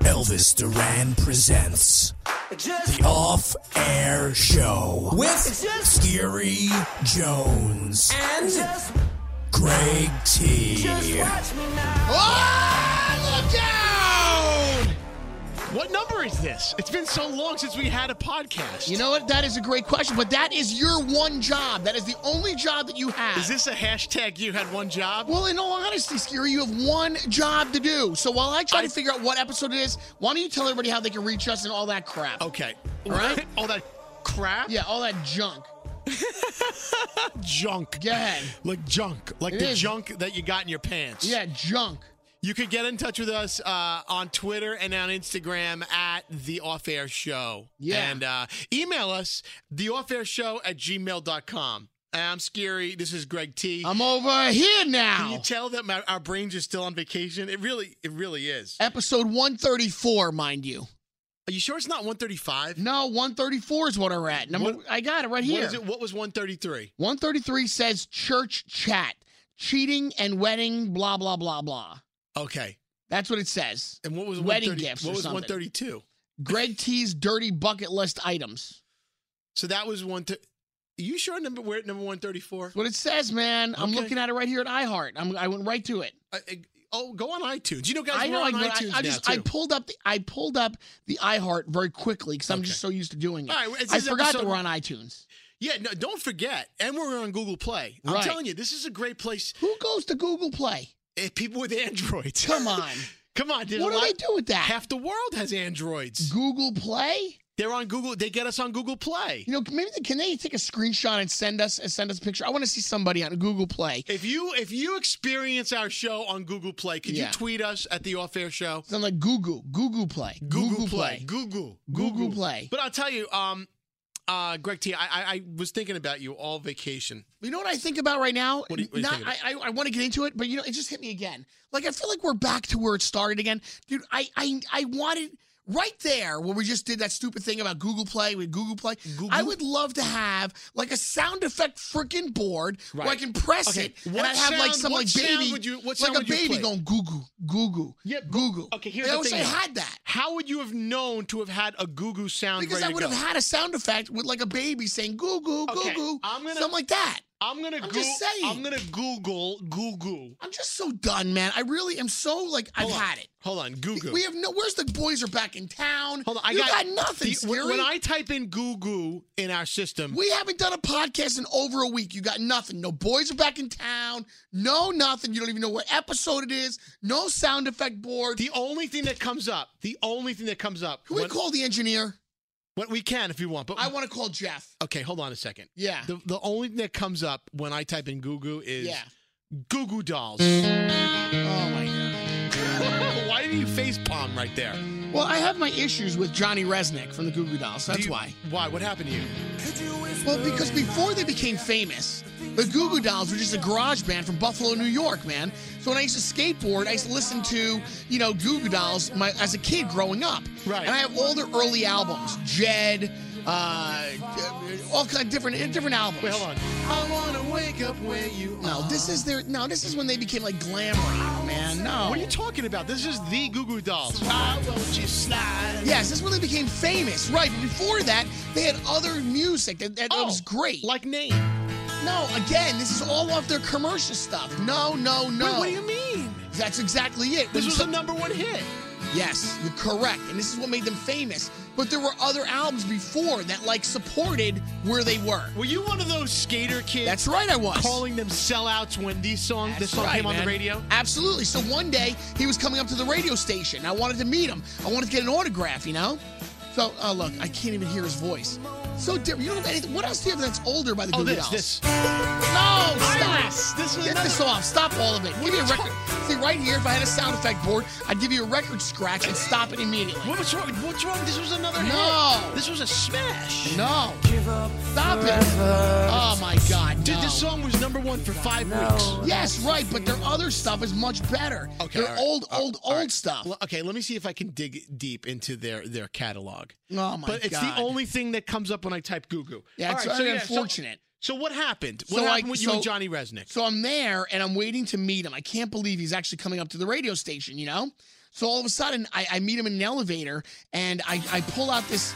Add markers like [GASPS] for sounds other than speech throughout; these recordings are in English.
Elvis Duran presents the Off Air Show with Scary Jones and Greg T. Ah, look out! What number is this? It's been so long since we had a podcast. You know what? That is a great question, but that is your one job. That is the only job that you have. is this a hashtag? You had one job. Well, in all honesty, Scary, you have one job to do. So while I try I- to figure out what episode it is, why don't you tell everybody how they can reach us and all that crap? Okay. All right. [LAUGHS] All that crap. Yeah, all that junk. Junk. [SIGHS] Go ahead. Like junk. Like It the is. junk that you got in your pants. Yeah, junk. You could get in touch with us uh, on Twitter and on Instagram at The Off Air Show. Yeah. And uh, email us, The Off Air Show at gmail.com. I'm Scary. This is Greg T. I'm over here Can you now. tell that my, our brains are still on vacation? It really, it really is. Episode 134, mind you. Are you sure it's not 135? No, 134 is what we're at. Number, What- I got it right here. What, is it, what was 133? 133 says church chat, cheating and wedding, blah, blah, blah, blah. Okay. That's what it says. And what was Wedding 130 gifts What or was something. 132? [LAUGHS] Greg T's dirty bucket list items. So that was one. Th- Are you sure number we're at number 134? That's what it says, man. I'm Okay. looking at it right here at iHeart. I'm, I went right to it. I- I- oh, go on iTunes. You know, guys, I know. we're I, on go- I- iTunes I just now I too. pulled up the I pulled up the iHeart very quickly because I'm Okay. just so used to doing it. All right, it's I this forgot that episode- we're on iTunes. yeah, no, don't forget. And we're on Google Play. I'm Right. telling you, this is a great place. Who goes to Google Play? eh, people with Androids. [LAUGHS] Come on. [LAUGHS] Come on. there's what a do lot- they do with that? Half the world has Androids. Google Play? They're on Google. They get us on Google Play. You know, maybe they, can they take a screenshot and send us and send us a picture? I want to see somebody on Google Play. If you if you experience our show on Google Play, could you Yeah. tweet us at the Off Air Show? Sound like Google, Google Play, Google, Google Play. But I'll tell you, um, uh, Greg T, I, I, I was thinking about you all vacation. You know what I think about right now? What do you- what do you Not- think about? I, I, I want to get into it, but you know, it just hit me again. Like I feel like we're back to where it started again, dude. I I, I wanted right there where we just did that stupid thing about Google Play with Google Play. Google? I would love to have like a sound effect freaking board where I Right. can press Okay, it and what I'd have like sound- some what like sound baby, would you- what like sound a would you baby play? going goo goo goo goo. Yeah, but- goo goo. okay, here's I the wish thing, I though. had that. How would you have known to have had a Goo Goo sound Because ready I to would have go? had a sound effect with like a baby saying goo goo goo Okay, goo, I'm gonna- something like that. I'm gonna I'm Goo- just saying. I'm gonna Google Goo Goo. I'm just so done, man. I really am so like I've Hold on. had it. Hold on, Goo Goo. We have no. Where's the boys are back in town? Hold on, I you got, got, nothing. the- when, Scary. when I type in Goo Goo in our system, we haven't done a podcast in over a week. You got nothing. No boys are back in town. No nothing. You don't even know what episode it is. No sound effect board. the only thing that comes up, the only thing that comes up, Can we when, call the engineer? when we can if you want, but I want to call Jeff. okay, hold on a second. Yeah. The, the only thing that comes up when I type in Goo Goo is yeah. Goo Goo Dolls. Oh my [LAUGHS] god. Why did you face palm right there? Well, I have my issues with Johnny Resnick from the Goo Goo Dolls. That's Do you- why. Why? What happened to you? Well, because before they became famous, the Goo Goo Dolls were just a garage band from Buffalo, New York, man. So when I used to skateboard, I used to listen to, you know, Goo Goo Dolls my, as a kid growing up. Right. And I have all their early albums, Jed, uh, all kind of different different albums. Wait, hold on. I wanna wake up where you No, this is their no, this is when they became like glam rock, man. No. What are you talking about? This is the Goo Goo Dolls. Why won't you slide? Yes, this is when they became famous, right? But before that, they had other music that, that Oh, was great. Like name. no, again, this is all off their commercial stuff. No, no, no. Wait, what do you mean? That's exactly it. This When was so- a number one hit. yes, you're correct, and this is what made them famous. But there were other albums before that like supported where they were. Were you one of those skater kids That's right, I was calling them sellouts when these song That's this song right, came on man. the radio? Absolutely. So one day he was coming up to the radio station. I wanted to meet him. I wanted to get an autograph. You know. So oh look, I can't even hear his voice. So different. You don't have anything. What else do you have that's older by the Oh, Goo Goo this, Dolls? this. No, stop. Iris, this was Get another- this off. Stop all of it. Give me a record. See right here. If I had a sound effect board, I'd give you a record scratch and stop it immediately. What was wrong? What's wrong? This was another No. hit. This was a smash. No. Stop it. Oh my God. Dude, no. this song was number one for five weeks. Yes, right, but their other stuff is much better. Okay, Their all right, old, all old, right, all old right. stuff. L- okay, let me see if I can dig deep into their their catalog. Oh my but it's God. the only thing that comes up when I type Goo Goo. Yeah, All it's right, very yeah, unfortunate. So, so what happened? What So, happened like, with you so- and Johnny Resnick? So I'm there and I'm waiting to meet him. I can't believe he's actually coming up to the radio station, you know? So all of a sudden, I, I meet him in an elevator, and I, I pull out this.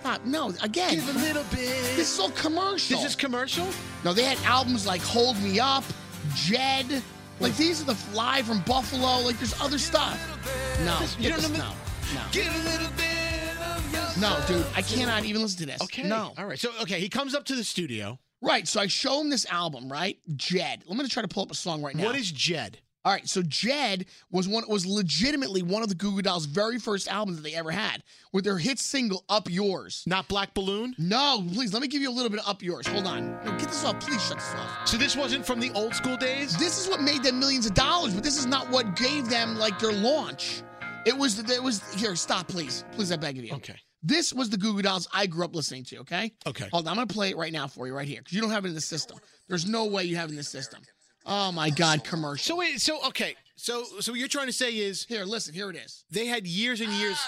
Stop! No, again. Give a little bit. This is all commercial. This is commercial? No, they had albums like Hold Me Up, Jed. Like these are the Fly from Buffalo. Like there's other stuff. No, You it don't was- know- no, no. Give a little bit of yourself. No, dude, I cannot even listen to this. Okay. No. All right. So, okay, he comes up to the studio. Right. So I show him this album, right? Jed. I'm gonna try to pull up a song right now. What is Jed? All right, so Jed was one was legitimately one of the Goo Goo Dolls' very first albums that they ever had, with their hit single "Up Yours." Not Black Balloon? No, please let me give you a little bit of "Up Yours." Hold on, no, get this off, please shut this off. So, this wasn't from the old school days? This is what made them millions of dollars, but this is not what gave them like their launch. It was it was here. Stop, please, please, I beg of you. Okay. This was the Goo Goo Dolls I grew up listening to. Okay. Okay. Hold on, I'm gonna play it right now for you, right here, because you don't have it in the system. There's no way you have it in the system. Oh my God, So, commercial. wait, so, okay. So, so what you're trying to say is Here, listen. Here it is. they had years and years.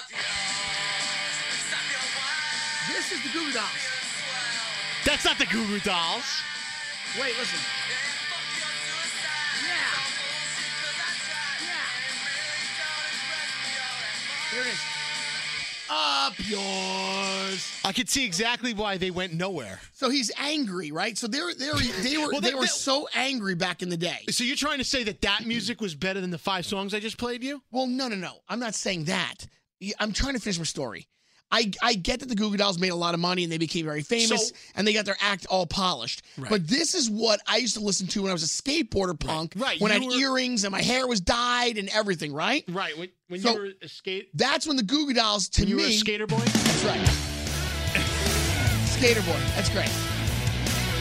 This is the Goo Goo Dolls. That's not the Goo Goo Dolls. Wait, listen. Yeah. Yeah. Here it is. Up yours. I could see exactly why they went nowhere. So he's angry, right? So they're, they're, they were Well, they, they- were they- so angry back in the day. So, you're trying to say that that music was better than the five songs I just played you? Well, no, no, no. I'm not saying that. Y- I'm trying to finish my story. I, I get that the Goo Goo Dolls made a lot of money and they became very famous So- and they got their act all polished. Right. But this is what I used to listen to when I was a skateboarder punk. Right, When I you had were- earrings and my hair was dyed and everything, right? Right. When, when So- you were a skate, That's when the Goo Goo Dolls, to when you were a me, skater boy. that's right. [COUGHS] Skater boy, that's great.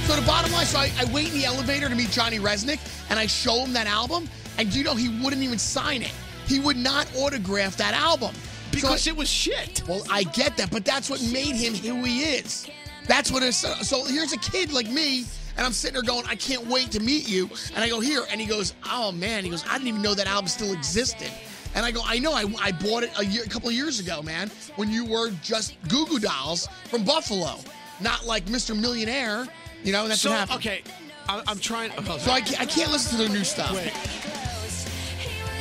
So the bottom line, so I, I wait in the elevator to meet Johnny Resnick, and I show him that album, and you know he wouldn't even sign it. He would not autograph that album Because So I- it was shit. well, I get that, but that's what made him who he is. That's what it's. So here's a kid like me, and I'm sitting there going, I can't wait to meet you. And I go, here. And he goes, oh, man. He goes, I didn't even know that album still existed. And I go, I know. I, I bought it a, year, a couple of years ago, man, when you were just Goo Goo Dolls from Buffalo, not like Mr. Millionaire. You know, and that's So what happened. okay, I, I'm trying. oh, So I can't, I can't listen to their new stuff. wait.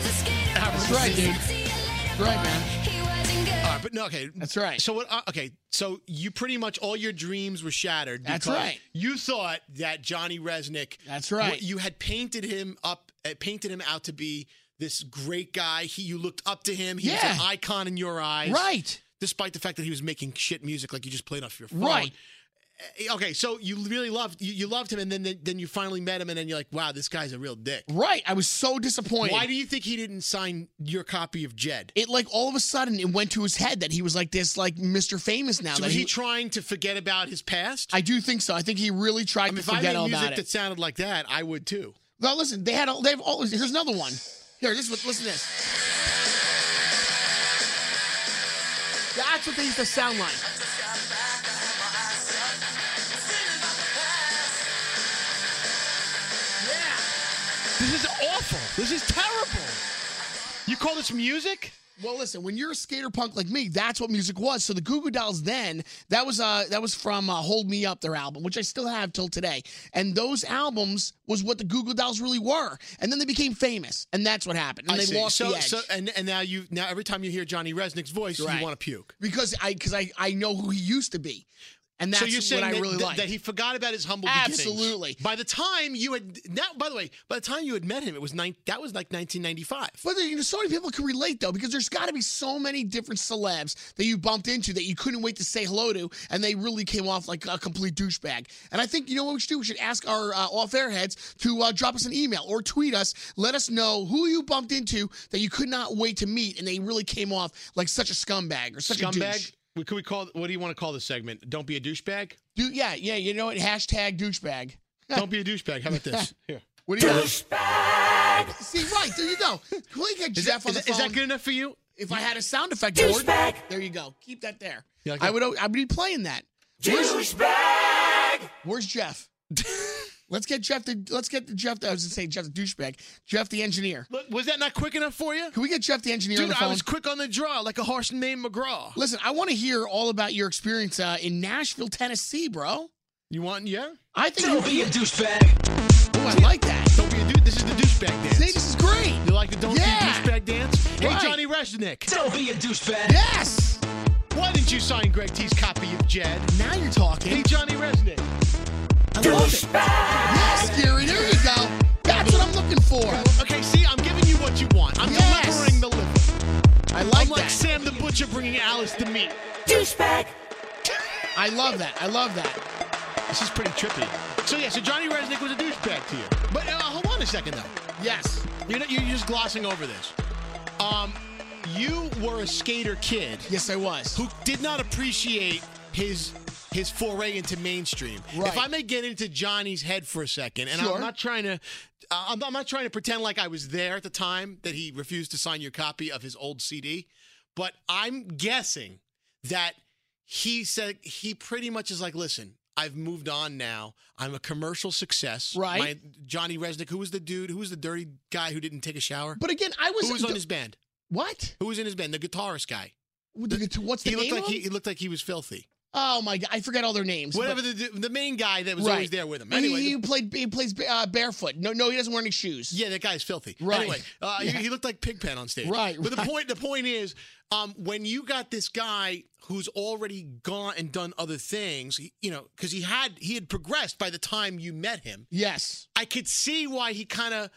That's right, dude. That's right, man. All right, but no, okay. That's right. So what? Uh, okay, so you pretty much all your dreams were shattered. That's because right. You thought that Johnny Resnick. That's right. what- You had painted him up, uh, painted him out to be this great guy. He, you looked up to him. He Yeah. was an icon in your eyes. Right. Despite the fact that he was making shit music, like you just played off your phone. Right. Eh, Okay, so you really loved you, you loved him, and then, then then you finally met him, and then you're like, wow, this guy's a real dick. Right. I was so disappointed. Why do you think he didn't sign your copy of Jed? it like all of a sudden it went to his head that he was like this like Mr. Famous now. So that was he trying to forget about his past? I do think so. I think he really tried to if I forget made all music about that it. sounded like that, I would too. Now listen, they had all they've all here's another one. Here, this was listen to this. That's what they used to sound like. This is awful. This is terrible. You call this music? Well, listen. When you're a skater punk like me, that's what music was. So the Goo Goo Dolls then that was uh that was from uh, Hold Me Up their album, which I still have till today. And those albums was what the Goo Goo Dolls really were. And then they became famous, and that's what happened. And I they see. lost so, the edge. so and and now you now every time you hear Johnny Resnick's voice, Right. you want to puke. because I because I, I know who he used to be, and that's so you're saying what I that, really that- like. that he forgot about his humble Absolutely. beginnings. By the time you had now, by the way, by the time you had met him, it was nine. That was like 1995. but there- you know, so many people can relate though, because there's got to be so many different celebs that you bumped into that you couldn't wait to say hello to, and they really came off like a complete douchebag. And I think you know what we should do? We should ask our uh, off-air heads to uh, drop us an email or tweet us. Let us know who you bumped into that you could not wait to meet, and they really came off like such a scumbag or such a douche. Scumbag. We- Could we call? What do you want to call this segment? Don't be a douchebag. Dude, yeah, yeah, you know what? Hashtag douchebag. Don't be a douchebag. How about [LAUGHS] this? Here. What do you See, right, there you go. Can we get Is Jeff that, on is, the that- is phone? that good enough for you? If I had a sound effect board, there you go. Keep that there. You like I that? would I would be playing that. Where's, where's Jeff? let's get Jeff the let's get the Jeff. I was gonna say Jeff the douchebag. Jeff the engineer. Look, was that not quick enough for you? Can we get Jeff the engineer on Dude, the phone? I was quick on the draw like a horse named McGraw. Listen, I want to hear all about your experience uh, in Nashville, Tennessee, bro. You want, yeah? I think Don't you be a douchebag. oh, I like that. Don't be a dude. This is the douchebag dance. See, this is great. You like the don't Yeah. be douchebag dance? Right. Hey, Johnny Resnick, Don't be a douchebag. Yes. why didn't you sign Greg T's copy of Jed? Now you're Hey, talking. Johnny Resnick. I love it. Yes, Gary. There you go. That's what I'm looking for. Okay, see, I'm giving you what you want. I'm Yes. delivering the liver. I like I'm like that. Sam the Butcher bringing Alice to meat. I love that. I love that. This is pretty trippy. So yeah, so Johnny Resnick was a douchebag to you. But uh, hold on a second though. Yes. You're not, you're just glossing over this. Um, you were a skater kid Yes, I was. who did not appreciate his his foray into mainstream. Right. If I may get into Johnny's head for a second, and Sure. I'm not trying to, uh, I'm, I'm not trying to pretend like I was there at the time that he refused to sign your copy of his old CD, but I'm guessing that he said he pretty much is like, listen. I've moved on now. I'm a commercial success. Right. My, Johnny Resnick, who was the dude, who was the dirty guy who didn't take a shower? But again, I was. who was on his band? what? Who was in his band? The guitarist guy. With the- What's the He looked name? like of he, him? he looked like he was filthy. Oh my god, I forget all their names. but- Whatever the the main guy that was Right. always there with him. He- Anyway, he, played. He plays uh, barefoot. No, no, he doesn't wear any [LAUGHS] shoes. yeah, that guy's filthy. Right. Anyway, uh, he- Yeah. he, looked like Pigpen on stage. Right, But right. the point the point is, um, when you got this guy who's already gone and done other things, he- you know, because he had he had progressed by the time you met him. Yes. I could see why he kind of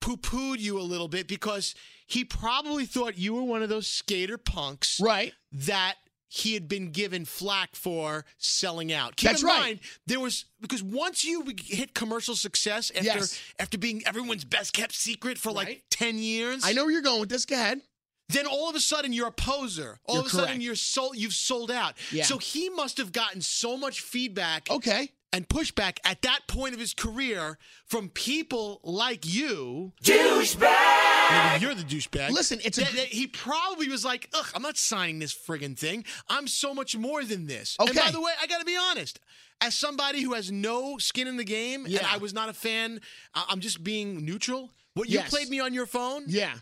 poo pooed you a little bit because he probably thought you were one of those skater punks Right. that he had been given flack for selling out. Keep That's in right. mind, there was because once you be- hit commercial success after Yes. after being everyone's best kept secret for like Right. ten years, I know where you're going with this. Go ahead. Then all of a sudden you're a poser. All You're of a correct. sudden you're sold. You've sold out. Yeah. Oh. So he must have gotten so much feedback Okay. and pushback at that point of his career from people like you. Douchebag! Maybe you're the douchebag. Listen, it's a That- gr- that he probably was like, ugh, I'm not signing this friggin' thing. I'm so much more than this. And Okay. by the way, I gotta be honest. As somebody who has no skin in the game, and Yeah. I was not a fan, I- I'm just being neutral. What you Yes. played me on your phone Yeah.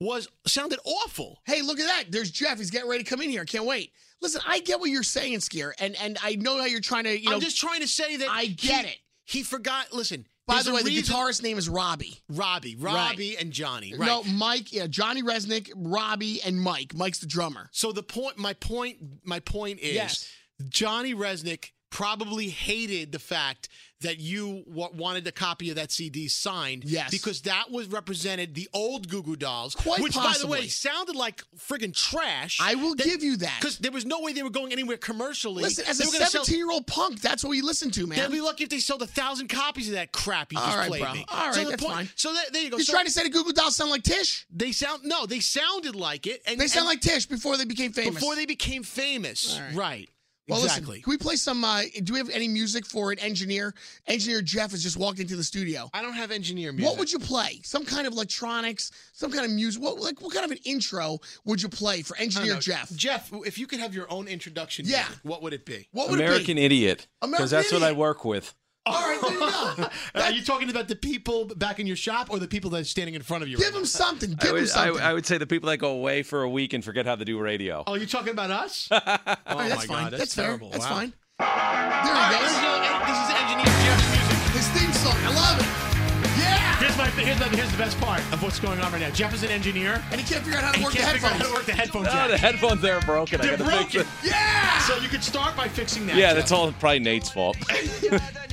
was sounded awful. Hey, look at that. There's Jeff. He's getting ready to come in here. Can't wait. Listen, I get what you're saying, Skier, and and I know how you're trying to. You know, I'm just trying to say that I get he- it. He forgot. Listen. by there's the a way, the reason- guitarist's name is Robbie. Robbie, Robbie, and Johnny. Right. No, Mike. Yeah, Johnny Resnick, Robbie, and Mike. Mike's the drummer. So the point, my point, my point is, Yes. Johnny Resnick probably hated the fact that you wa- wanted a copy of that CD signed, Yes. because that was represented the old Goo Goo Dolls, Quite which, by the possibly. way, sounded like friggin' trash. I will give you that. because there was no way they were going anywhere commercially. Listen, as they a were gonna sell- 17 year old punk, that's what we listen to, man. They'd be lucky if they sold a thousand copies of that crap you All just right, played bro. me. All so right, the that's point- fine. So that, there you go. You're so trying to say the Google Dolls sound like Tish? they sound no, they sounded like it, and They sound and like Tish before they became famous. before they became famous, right. right? well, exactly. listen, can we play some? Uh, do we have any music for it? Engineer, engineer Jeff has just walked into the studio. I don't have engineer music. What would you play? Some kind of electronics, some kind of music. What like what kind of an intro would you play for I don't engineer know. Jeff? Jeff, if you could have your own introduction, Yeah. music, what would it be? What would American it be? Idiot. American Because that's what I Idiot. work with. All right, there you [LAUGHS] go. Are you talking about the people back in your shop or the people that are standing in front of you? Give right him now? something. I Give him would, I, something. I would say the people that go away for a week and forget how to do radio. Oh, you talking about [LAUGHS] us? oh All right, that's my fine. god, that's, that's terrible. fair. That's Wow. fine. There All he right, this is, eh, goes. this is engineer Jeff's music. His theme song. I love it. Yeah. Here's my here's the, here's the best part of what's going on right now. Jeff is an engineer. And he can't figure out how And to he work the can't figure out headphones. how to work the headphone Oh, the jack. headphones there are broken. I They're gotta fix broken. it. Yeah. So you could start by fixing that. Yeah, Jeff. [LAUGHS] that's all probably Nate's fault.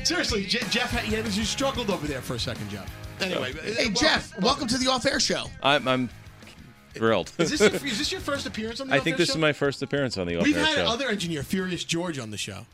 Seriously, Je- Jeff, had- you, you struggled over there for a second, Jeff. Anyway, Hey, Jeff, welcome to the Off Air Show. I'm, I'm thrilled. Is this, your, is this your first appearance on the I Off think Air this show? is my first appearance on the Open We've Air had Show. another engineer, Furious George, on the show.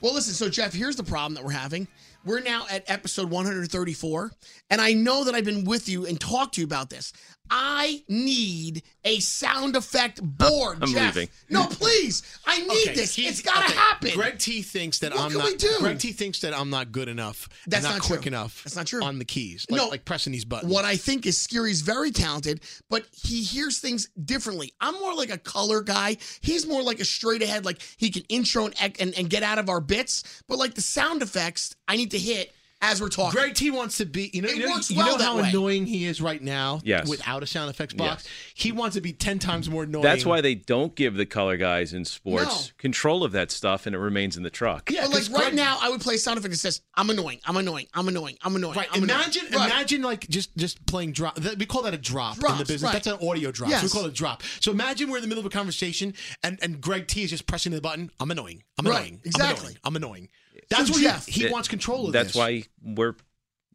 Well, listen, so Jeff, here's the problem that we're having. We're now at episode 134, and I know that I've been with you and talked to you about this. I need a sound effect board, I'm Jeff. leaving. No, please. I need Okay, this. he- It's got to okay, happen. Greg T thinks that What I'm can not. we do? Greg T thinks that I'm not good enough. and That's not, not quick true. enough. That's not true. On the keys, like, No. like pressing these buttons. What I think is Scary's very talented, but he hears things differently. I'm more like a color guy. He's more like a straight ahead, like he can intro and, ec- and, and get out of our bits. But like the sound effects, I need to hit as we're talking. Greg T wants to be. You know, It you know, works you well know that how way. annoying he is right now. Yes. Without a sound effects box, he wants to be ten times more annoying. That's why they don't give the color guys in sports No. control of that stuff, and it remains in the truck. Yeah, But like 'cause right Greg- now, I would play a sound effect that says, "I'm annoying, I'm annoying, I'm annoying, I'm annoying." Right. I'm annoying." imagine, Right. imagine like just just playing drop. That, we call that a drop in Drops, the business. right. That's an audio drop. So we Yes. call it a drop. So imagine we're in the middle of a conversation and and Greg T is just pressing the button. I'm annoying. I'm Right, annoying. exactly. I'm annoying. I'm annoying. That's So what Jeff- he, he That- wants control of. That's this. why we're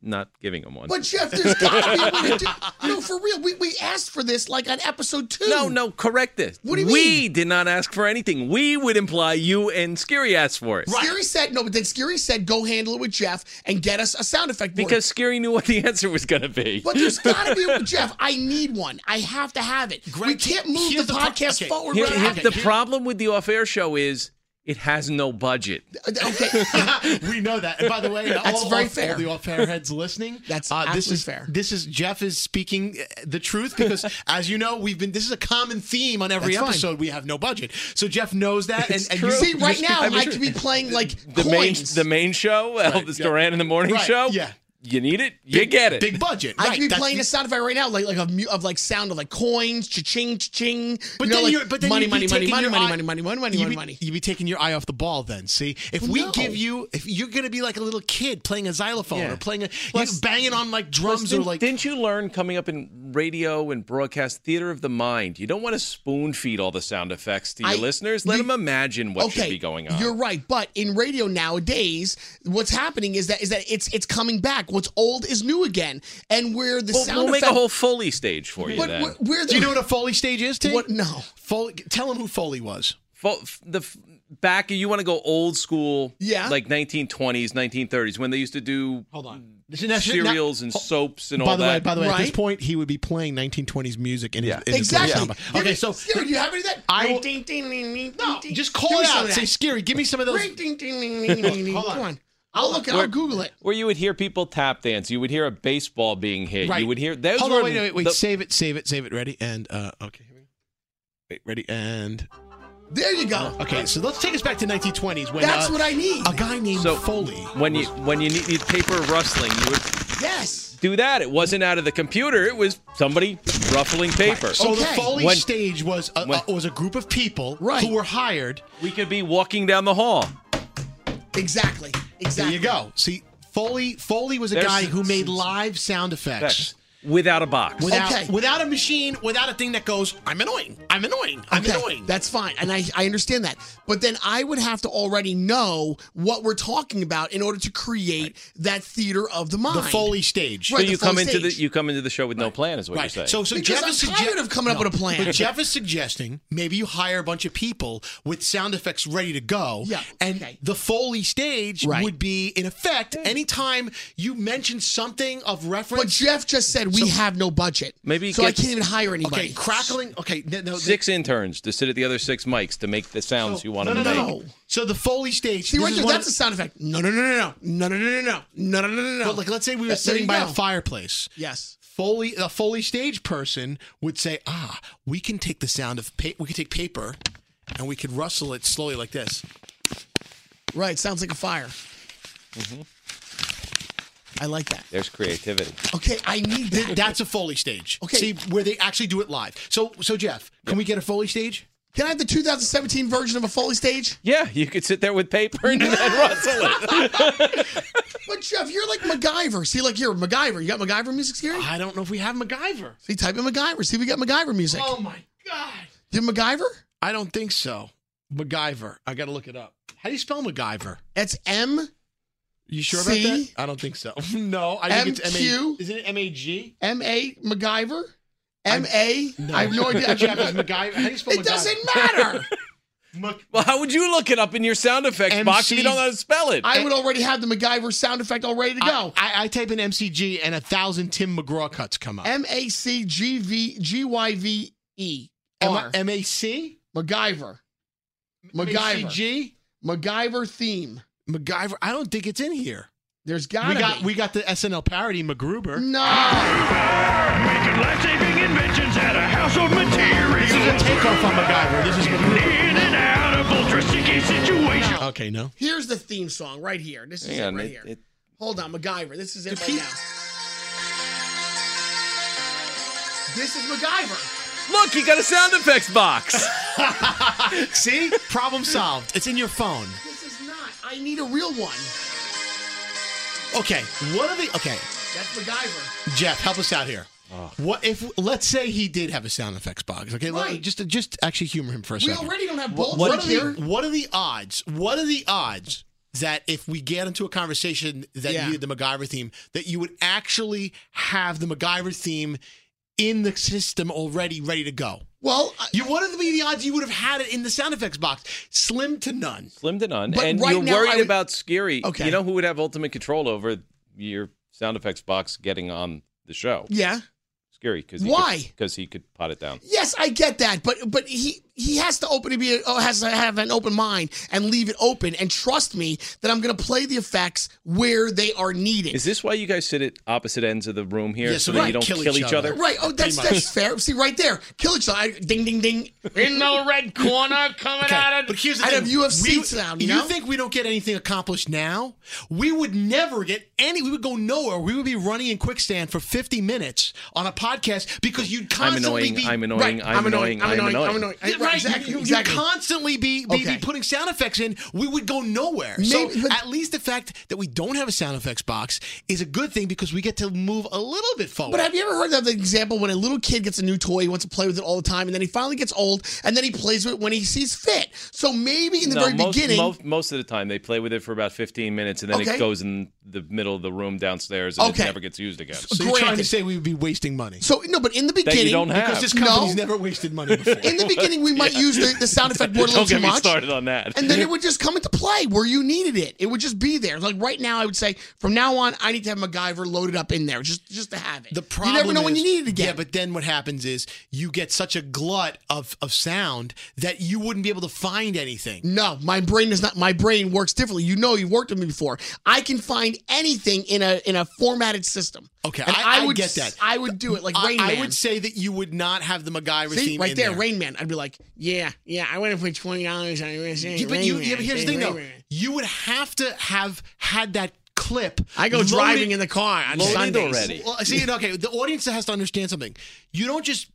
not giving them one. But Jeff, there's gotta be a way to do. [LAUGHS] No, for real, we, we asked for this like on episode two. No, no, correct this. What do you we mean? did not ask for anything. We would imply you and Scary asked for it. Scary said no, but then Scary said go handle it with Jeff and get us a sound effect board. Because Scary knew what the [LAUGHS] answer was going to be. But [LAUGHS] there's gotta be a Jeff. I need one. I have to have it. we Greg, can't move the, here's the pro- podcast okay, forward. Here- without here- having the it. problem with the off-air show is it has no budget. okay. [LAUGHS] we know that. And by the way, That's all, very all- fair. all the off air heads listening, [LAUGHS] uh, That's this absolutely is fair. This is Jeff is speaking uh, the truth [LAUGHS] because, as you know, we've been. This is a common theme on every That's fine. episode. We have no budget, so Jeff knows that. And, and you See, right [LAUGHS] you- now I mean, I could be playing like The main, coins. the main show, [LAUGHS] Elvis yeah. Duran in the morning Right, show. yeah. you need it, you get it. big budget. I right, could be that's playing the- a sound effect right now, like like a mu- of like sound of like coins, cha-ching, cha-ching. But you know, then like you're, but then money, you'd money, be money, taking money, your money, eye- money, money, money, money, you'd money, be, money. You'd be taking your eye off the ball then. See, if Well, we no. give you, if you're gonna be like a little kid playing a xylophone Yeah. or playing a, Plus- you banging on like Plus, drums or didn't, like. didn't you learn coming up in radio and broadcast theater of the mind? You don't want to spoon feed all the sound effects to your I- listeners. Let you- them imagine what should Okay, be going on. You're right, but in radio nowadays, what's happening is that is that it's it's coming back. What's old is new again, and where the we'll, sound we'll make effect, a whole Foley stage for you but then. where, where the, do you know what a Foley stage is, Tim? what? No, Foley, tell him who Foley was. Fo- f- the f- back you want to go old school Yeah. like 1920s 1930s when they used to do Hold on. cereals and soaps and by all the that way, by the way, at this Right? point, he would be playing 1920s music in his, Yeah. in his little exactly. soundbox. Give Okay, me- so Scary, do you have any of that? I will- Ring, ding, ding, ding, ding, no, ding, just ding. call Give me it some out. of Say, that. Scary, give me some of those. Ring, ding, ding, ding, ding, ding, [LAUGHS] ding. Hold on. Come on, I'll look. it- I'll Google it. where you would hear people tap dance you would hear a baseball being hit Right. you would hear those Hold were on, wait, wait, wait. the- save it, save it, save it. Ready and uh, okay. here we go. Wait, ready and There you go. okay. So let's take us back to 1920s when That's uh, what I need. a guy named So- Foley. when you when you need need paper rustling you would Yes. do that it wasn't out of the computer it was somebody ruffling paper So the Okay. Foley When- stage was a, when- a- was a group of people Right. who were hired. we could be walking down the hall Exactly. Exactly. There you go. See, Foley Foley was a There's- guy who made live sound effects. without a box Without, Okay. without a machine, without a thing that goes, I'm annoying, I'm annoying, I'm Okay, annoying. that's fine, and I, I understand that. But then I would have to already know what we're talking about in order to create that theater of the mind. the Foley stage. so Right, the you come full into the stage. you come into the show with no plan is what Right. you're saying So, so Because Jeff I'm is tired of coming up with a plan. But Jeff is suggesting maybe you hire a bunch of people with sound effects ready to go. Yeah, And okay. the Foley stage Right. would be in effect anytime you mention something of reference. [LAUGHS] But Jeff just said we have no budget, Maybe he so I gets- can't even hire anybody. okay, crackling. Okay, no, no, six interns to sit at the other six mics to make the sounds you want no, them no, to no, make. no. So the Foley stage. See this right is there, one that's a of- sound effect. No, no, no, no, no, no, no, no, no, no, no, no, no, no. but like, let's say we were There sitting you by go. a fireplace. Yes. Foley, a Foley stage person would say, "Ah, we can take the sound of pa- we can take paper, and we could rustle it slowly like this." Right. Sounds like a fire. Mm-hmm. I like that. There's creativity. Okay, I need that. That's a Foley stage. Okay. See where they actually do it live. So so Jeff, can we get a Foley stage? Can I have the 2017 version of a Foley stage? Yeah, you could sit there with paper [LAUGHS] and then [LAUGHS] rustle it. But Jeff, you're like MacGyver. See, like you're MacGyver. You got MacGyver music scary? I don't know if we have MacGyver. See, type in MacGyver. See, we got MacGyver music. Oh my god. You have MacGyver? I don't think so. MacGyver. I gotta look it up. How do you spell MacGyver? That's M You sure C? about that? I don't think so. [LAUGHS] no, I think it's M MQ? A. Is it M A G? M A MacGyver. M A. No. I [LAUGHS] have no idea. Jeff is MacGyver. How do you spell It MacGyver? doesn't matter. Mac- Well, how would you look it up in your sound effects box if you MC don't know how to spell it? [LAUGHS] I would already have the MacGyver sound effect all ready to go. I, I type in MCG and a thousand Tim McGraw cuts come up. M A C G V G Y V E M I- R. M A C? MacGyver. MacGyver. MCG? MacGyver theme. MacGyver. I don't think it's in here. There's gotta We got be. we got the SNL parody MacGruber. no. Making life-saving inventions out of household materials. This is a takeoff on MacGyver. This is In and out of ultra sticky situations. okay. No, Here's the theme song right here. This is Hang it on, right it- here. it- Hold on, MacGyver. This is it Dude, right he- now. This is MacGyver. Look, he got a sound effects [LAUGHS] box. See? Problem solved. It's in your phone. This is not. I need a real one. Okay. What are the Okay, That's MacGyver. Jeff, help us out here. What if let's say he did have a sound effects box? Okay, let- Right. just just actually humor him for a We second. already don't have What- bolts what, right are here. the, what are the odds? What are the odds that if we get into a conversation that Yeah. needed the MacGyver theme, that you would actually have the MacGyver theme in the system already ready to go? Well, I- You what would be the odds you would have had it in the sound effects box? Slim to none. Slim to none. But and right you're now, worried I would- about Scary. Okay. You know who would have ultimate control over your sound effects box getting on the show? yeah. Scary. Cause Why? Because he could pot it down. Yes, I get that, but but he he has to open to be oh, has to have an open mind and leave it open and trust me that I'm going to play the effects where they are needed. Is this why you guys sit at opposite ends of the room here Yeah, so so we that you can don't kill, each other? Right. Oh, that's Pretty much. that's fair. See, right there, kill each other. I- Ding, ding, ding. In the red corner, coming Okay, out but here's the I'd thing. have UFC We- sound, you know? think we don't get anything accomplished now? We would never get any. We would go nowhere. We would be running in quicksand for 50 minutes on a podcast because you'd I'm constantly annoying, be. I'm annoying, I'm annoying, I'm annoying, I'm annoying. Yeah, right. Right, Exactly. You- you, exactly. you constantly be, be, Okay. be putting sound effects in. We would go nowhere. Maybe- so but- at least the fact that we don't have a sound effects box is a good thing because we get to move a little bit forward. But have you ever heard of the example when a little kid gets a new toy, he wants to play with it all the time, and then he finally gets old, and then he plays with it when he sees fit? So maybe in the No, very most, beginning, most most of the time they play with it for about 15 minutes and then Okay. it goes in the middle of the room downstairs and Okay. it never gets used again. [LAUGHS] so you're trying to granted- say we would be wasting money. so no, but in the that beginning, you don't have. Because this No. company's [LAUGHS] never wasted money before. [LAUGHS] in the beginning, we might use the, the sound effect board a little don't too get me much. started on that. And [LAUGHS] then it would just come into play where you needed it. It would just be there. Like right now, I would say from now on, I need to have MacGyver loaded up in there just just to have it. The problem you never know when is- you need it again. Yeah, but then what happens is you get such a glut of of sound that you wouldn't be able to find anything. no, my brain is not. My brain works differently. You know, you've worked with me before. I can find anything in a in a formatted system. Okay, And I- I would get s- that. I would do it like Mm, Rain I, I Man. would say that you would not have the MacGyver See, theme right in there, Rain Man. I'd be like, yeah, yeah. I went and put twenty dollars on Rain Yeah, but you, Man, yeah, but here's the thing Rain though, Man. you would have to have had that clip. I go loaded- driving in the car on Loaded Sundays. already. Well, see, okay, the audience has to understand something. You don't just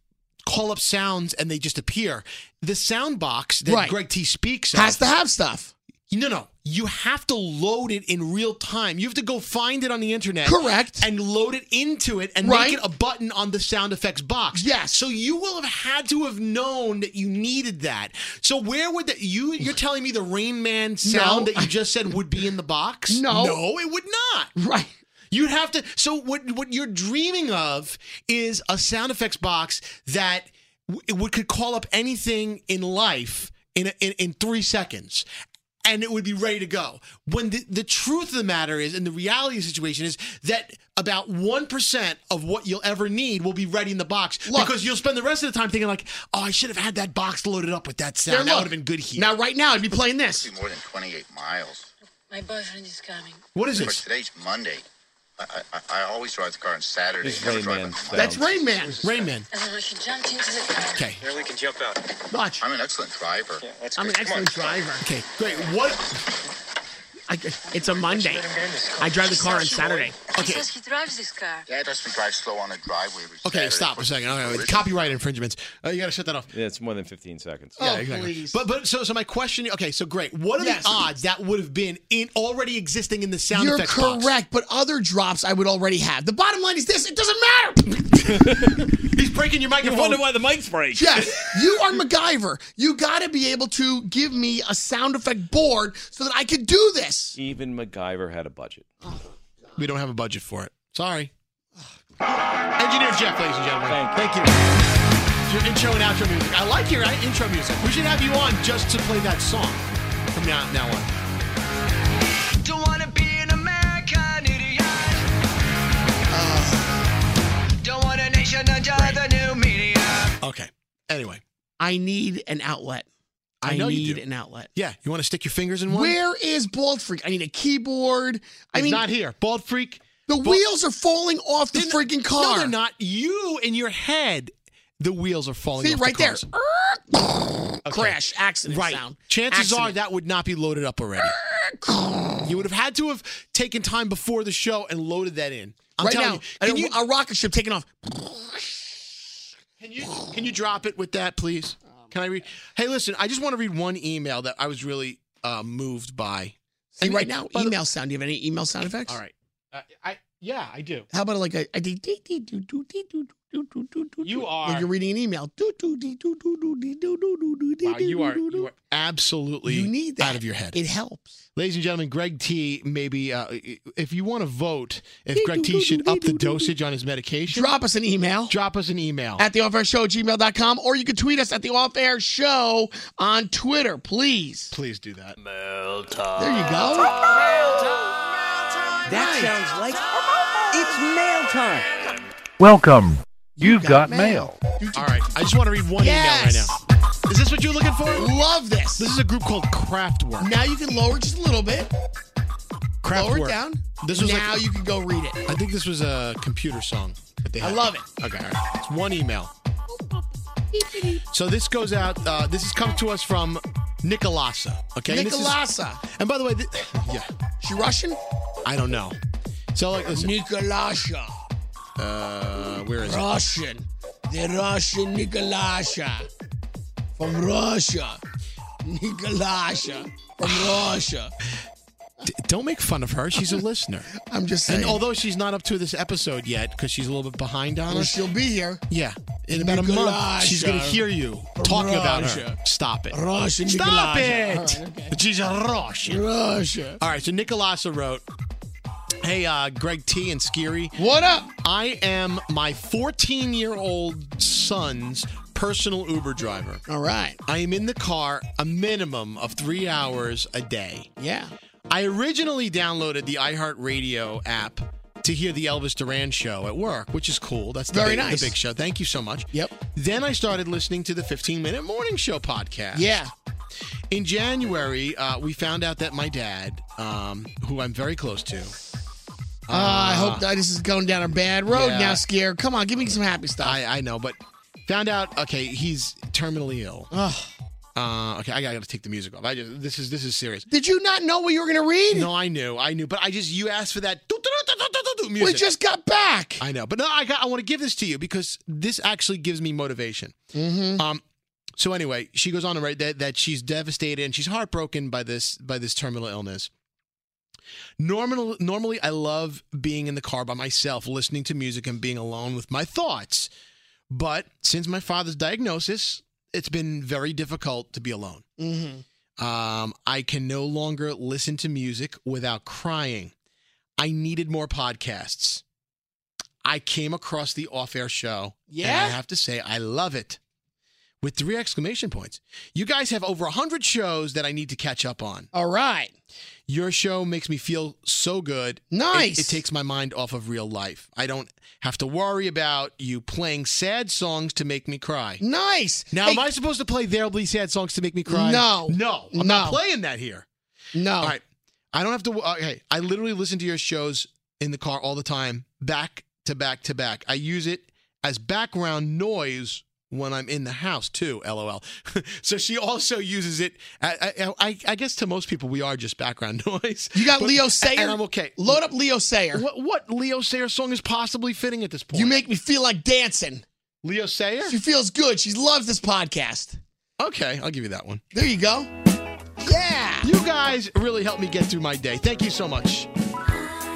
call up sounds and they just appear. The sound box that Right. Greg T speaks of- Has to have stuff. [LAUGHS] No, no. You have to load it in real time. You have to go find it on the internet. Correct. And load it into it and Right. make it a button on the sound effects box. Yes. So you will have had to have known that you needed that. So where would that you you're telling me the Rain Man sound No. that you just said would be in the box? [LAUGHS] No. No, it would not. Right. You'd have to. So what what you're dreaming of is a sound effects box that w- would could call up anything in life in a, in, in three seconds. And it would be ready to go. When the, the truth of the matter is, and the reality of the situation is, that about 1% of what you'll ever need will be ready in the box. Look. because you'll spend the rest of the time thinking, like, oh, I should have had that box loaded up with that sound. There, that look. would have been good here. Now, right now, I'd be playing this. be more than 28 miles. My boyfriend is coming. what is But this? today's Monday. I, I, I always drive the car on Saturday. This Never Rain drive Man on Monday. sound. That's Rain Man. Oh. Rain Man. And then he jumped into the car. Okay. Here we can jump out. Watch. I'm an excellent driver. Yeah, that's I'm an excellent driver. Okay. Great. What? I, it's a Monday. I drive the car on Saturday. He Okay. says he drives this car. Dad lets me drive slow on a driveway. every Okay, Saturday. stop for a second. Okay, wait, copyright infringements. Uh, you got to shut that off. Yeah, it's more than 15 seconds. Oh, please. But but so so my question. Okay, so great. What are Yes. the odds that would have been in already existing in the sound You're effects box? correct, but other drops I would already have. The bottom line is this: it doesn't matter. [LAUGHS] He's breaking your You microphone. wonder why the mics break. Yes, you are MacGyver. You got to be able to give me a sound effect board so that I could do this. Even MacGyver had a budget. we don't have a budget for it. Sorry. Engineer Jeff, ladies and gentlemen. Thank you. Your intro and outro music. I like your uh, intro music. We should have you on just to play that song from now now on. Don't wanna be an American idiot. Don't want a nation under the new media. Okay. Anyway, I need an outlet. I, know you need do. an outlet. yeah. You want to stick your fingers in one? Where is Bald Freak? I need a keyboard. I He's mean, not here. Bald freak. the wheels are falling off the They're not- freaking car. No, they're not. You in your head, the wheels are falling See off right the cars. there. crash, accident Right. sound. Chances are Accident. that would not be loaded up already. you would have had to have taken time before the show and loaded that in. I'm right telling now, you. Can a- you, a rocket ship taking off. can you can you drop it with that, please? Can I read? Hey, listen, I just want to read one email that I was really uh, moved by. See, right now, email sound. Do you have any email sound effects? All right. Uh, I yeah, I do. How about like a, a dee- dee- dee- doo- doo- dee- doo- doo- doo- doo- doo- You doo. are- like you're reading an email. Doo- doo- dee- doo- doo- doo- dee- doo- doo- doo- doo- dee- Wow, doo- you are doo- doo- you are absolutely You need that. out of your head. It helps. Ladies and gentlemen, Greg T. Maybe uh, if you want to vote, if Dee Greg doo T. doo should doo up the doo doo doo. dosage on his medication, Drop us an email. drop us an email. at the off air show at gmail.com or you can tweet us at the off air show on Twitter, please. Please do that. There you go. That sounds like it's mail time. Welcome. You've got, mail. All right, I just want to read one Yes. email right now. Is this what you're looking for? Love this. This is a group called Craftwork. now you can lower it just a little bit. Craftwork. Lower it down. This was now like- you can go read it. I think this was a computer song that they I had. love it. Okay, all right. It's one email. So this goes out. Uh, this has come to us from Nicolasa. Okay, And this is- Nicolasa. and by the way, thi- [LAUGHS] yeah, She Russian? I don't know. So like, listen. Nicolasha. Uh, where is it? Russian. The Russian Nicolasha. From Russia. Nicolasha. [SIGHS] From Russia. D- don't make fun of her. She's a listener. I'm just saying. And [LAUGHS] although she's not up to this episode yet because she's a little bit behind on us, oh, she'll be here. yeah, in about a month she's Nicolasha. going to hear you talking about her. Russia. Stop it. Russian Stop it! Nicolasha. [LAUGHS] All right, okay. She's a Russian. Russia. All right, so Nicolasa wrote, "Hey, uh, Greg T and Skiri, What up? I am my 14-year-old son's personal Uber driver. All right. I am in the car a minimum of three hours a day. Yeah. I originally downloaded the iHeartRadio app." To hear the Elvis Duran show at work, which is cool. That's the Very big, nice. the big show. Thank you so much. Yep. Then I started listening to the 15 minute morning show podcast. Yeah. In January, uh, we found out that my dad, um, who I'm very close to, Uh, I hope that this is going down a bad road Uh-huh. Yeah. now, Scare. Come on, give me some happy stuff. I, I know, but found out. Okay, he's terminally ill. Ugh. Uh, okay, I gotta, take the music off. I just this is this is serious. Did you not know what you were going to read? No, I knew, I knew, but I just you asked for that do- do- do- do- do- do- do we music. just got back. I know, but no, I got. I want to give this to you because this actually gives me motivation. Mm-hmm. Um. So anyway, she goes on to write that that she's devastated and she's heartbroken by this by this terminal illness. Normal, normally, I love being in the car by myself, listening to music and being alone with my thoughts. But since my father's diagnosis, it's been very difficult to be alone. Mm-hmm. Um, I can no longer listen to music without crying. I needed more podcasts. I came across the off air show. And I Yeah? have to say, I love it. With three exclamation points. You guys have over 100 shows that I need to catch up on. All right. Your show makes me feel so good. It- Nice. It, takes my mind off of real life. I don't have to worry about you playing sad songs to make me cry. Nice. Now, Hey, am I supposed to play There'll Be Sad Songs to make me cry? No. No. I'm not No. playing that here. No. All right. I don't have to. uh, Okay. I literally listen to your shows in the car all the time, back to back to back. I use it as background noise when I'm in the house too. LOL. [LAUGHS] so she also uses it. I, I, I, I guess to most people we are just background [LAUGHS] noise. You got But- Leo Sayer. and I'm okay. [LAUGHS] Load up Leo Sayer. What what Leo Sayer song is possibly fitting at this point? You make me feel like dancing. Leo Sayer? She feels good. She loves this podcast. Okay, I'll give you that one. There you go. Yeah. You guys really helped me get through my day. Thank you so much.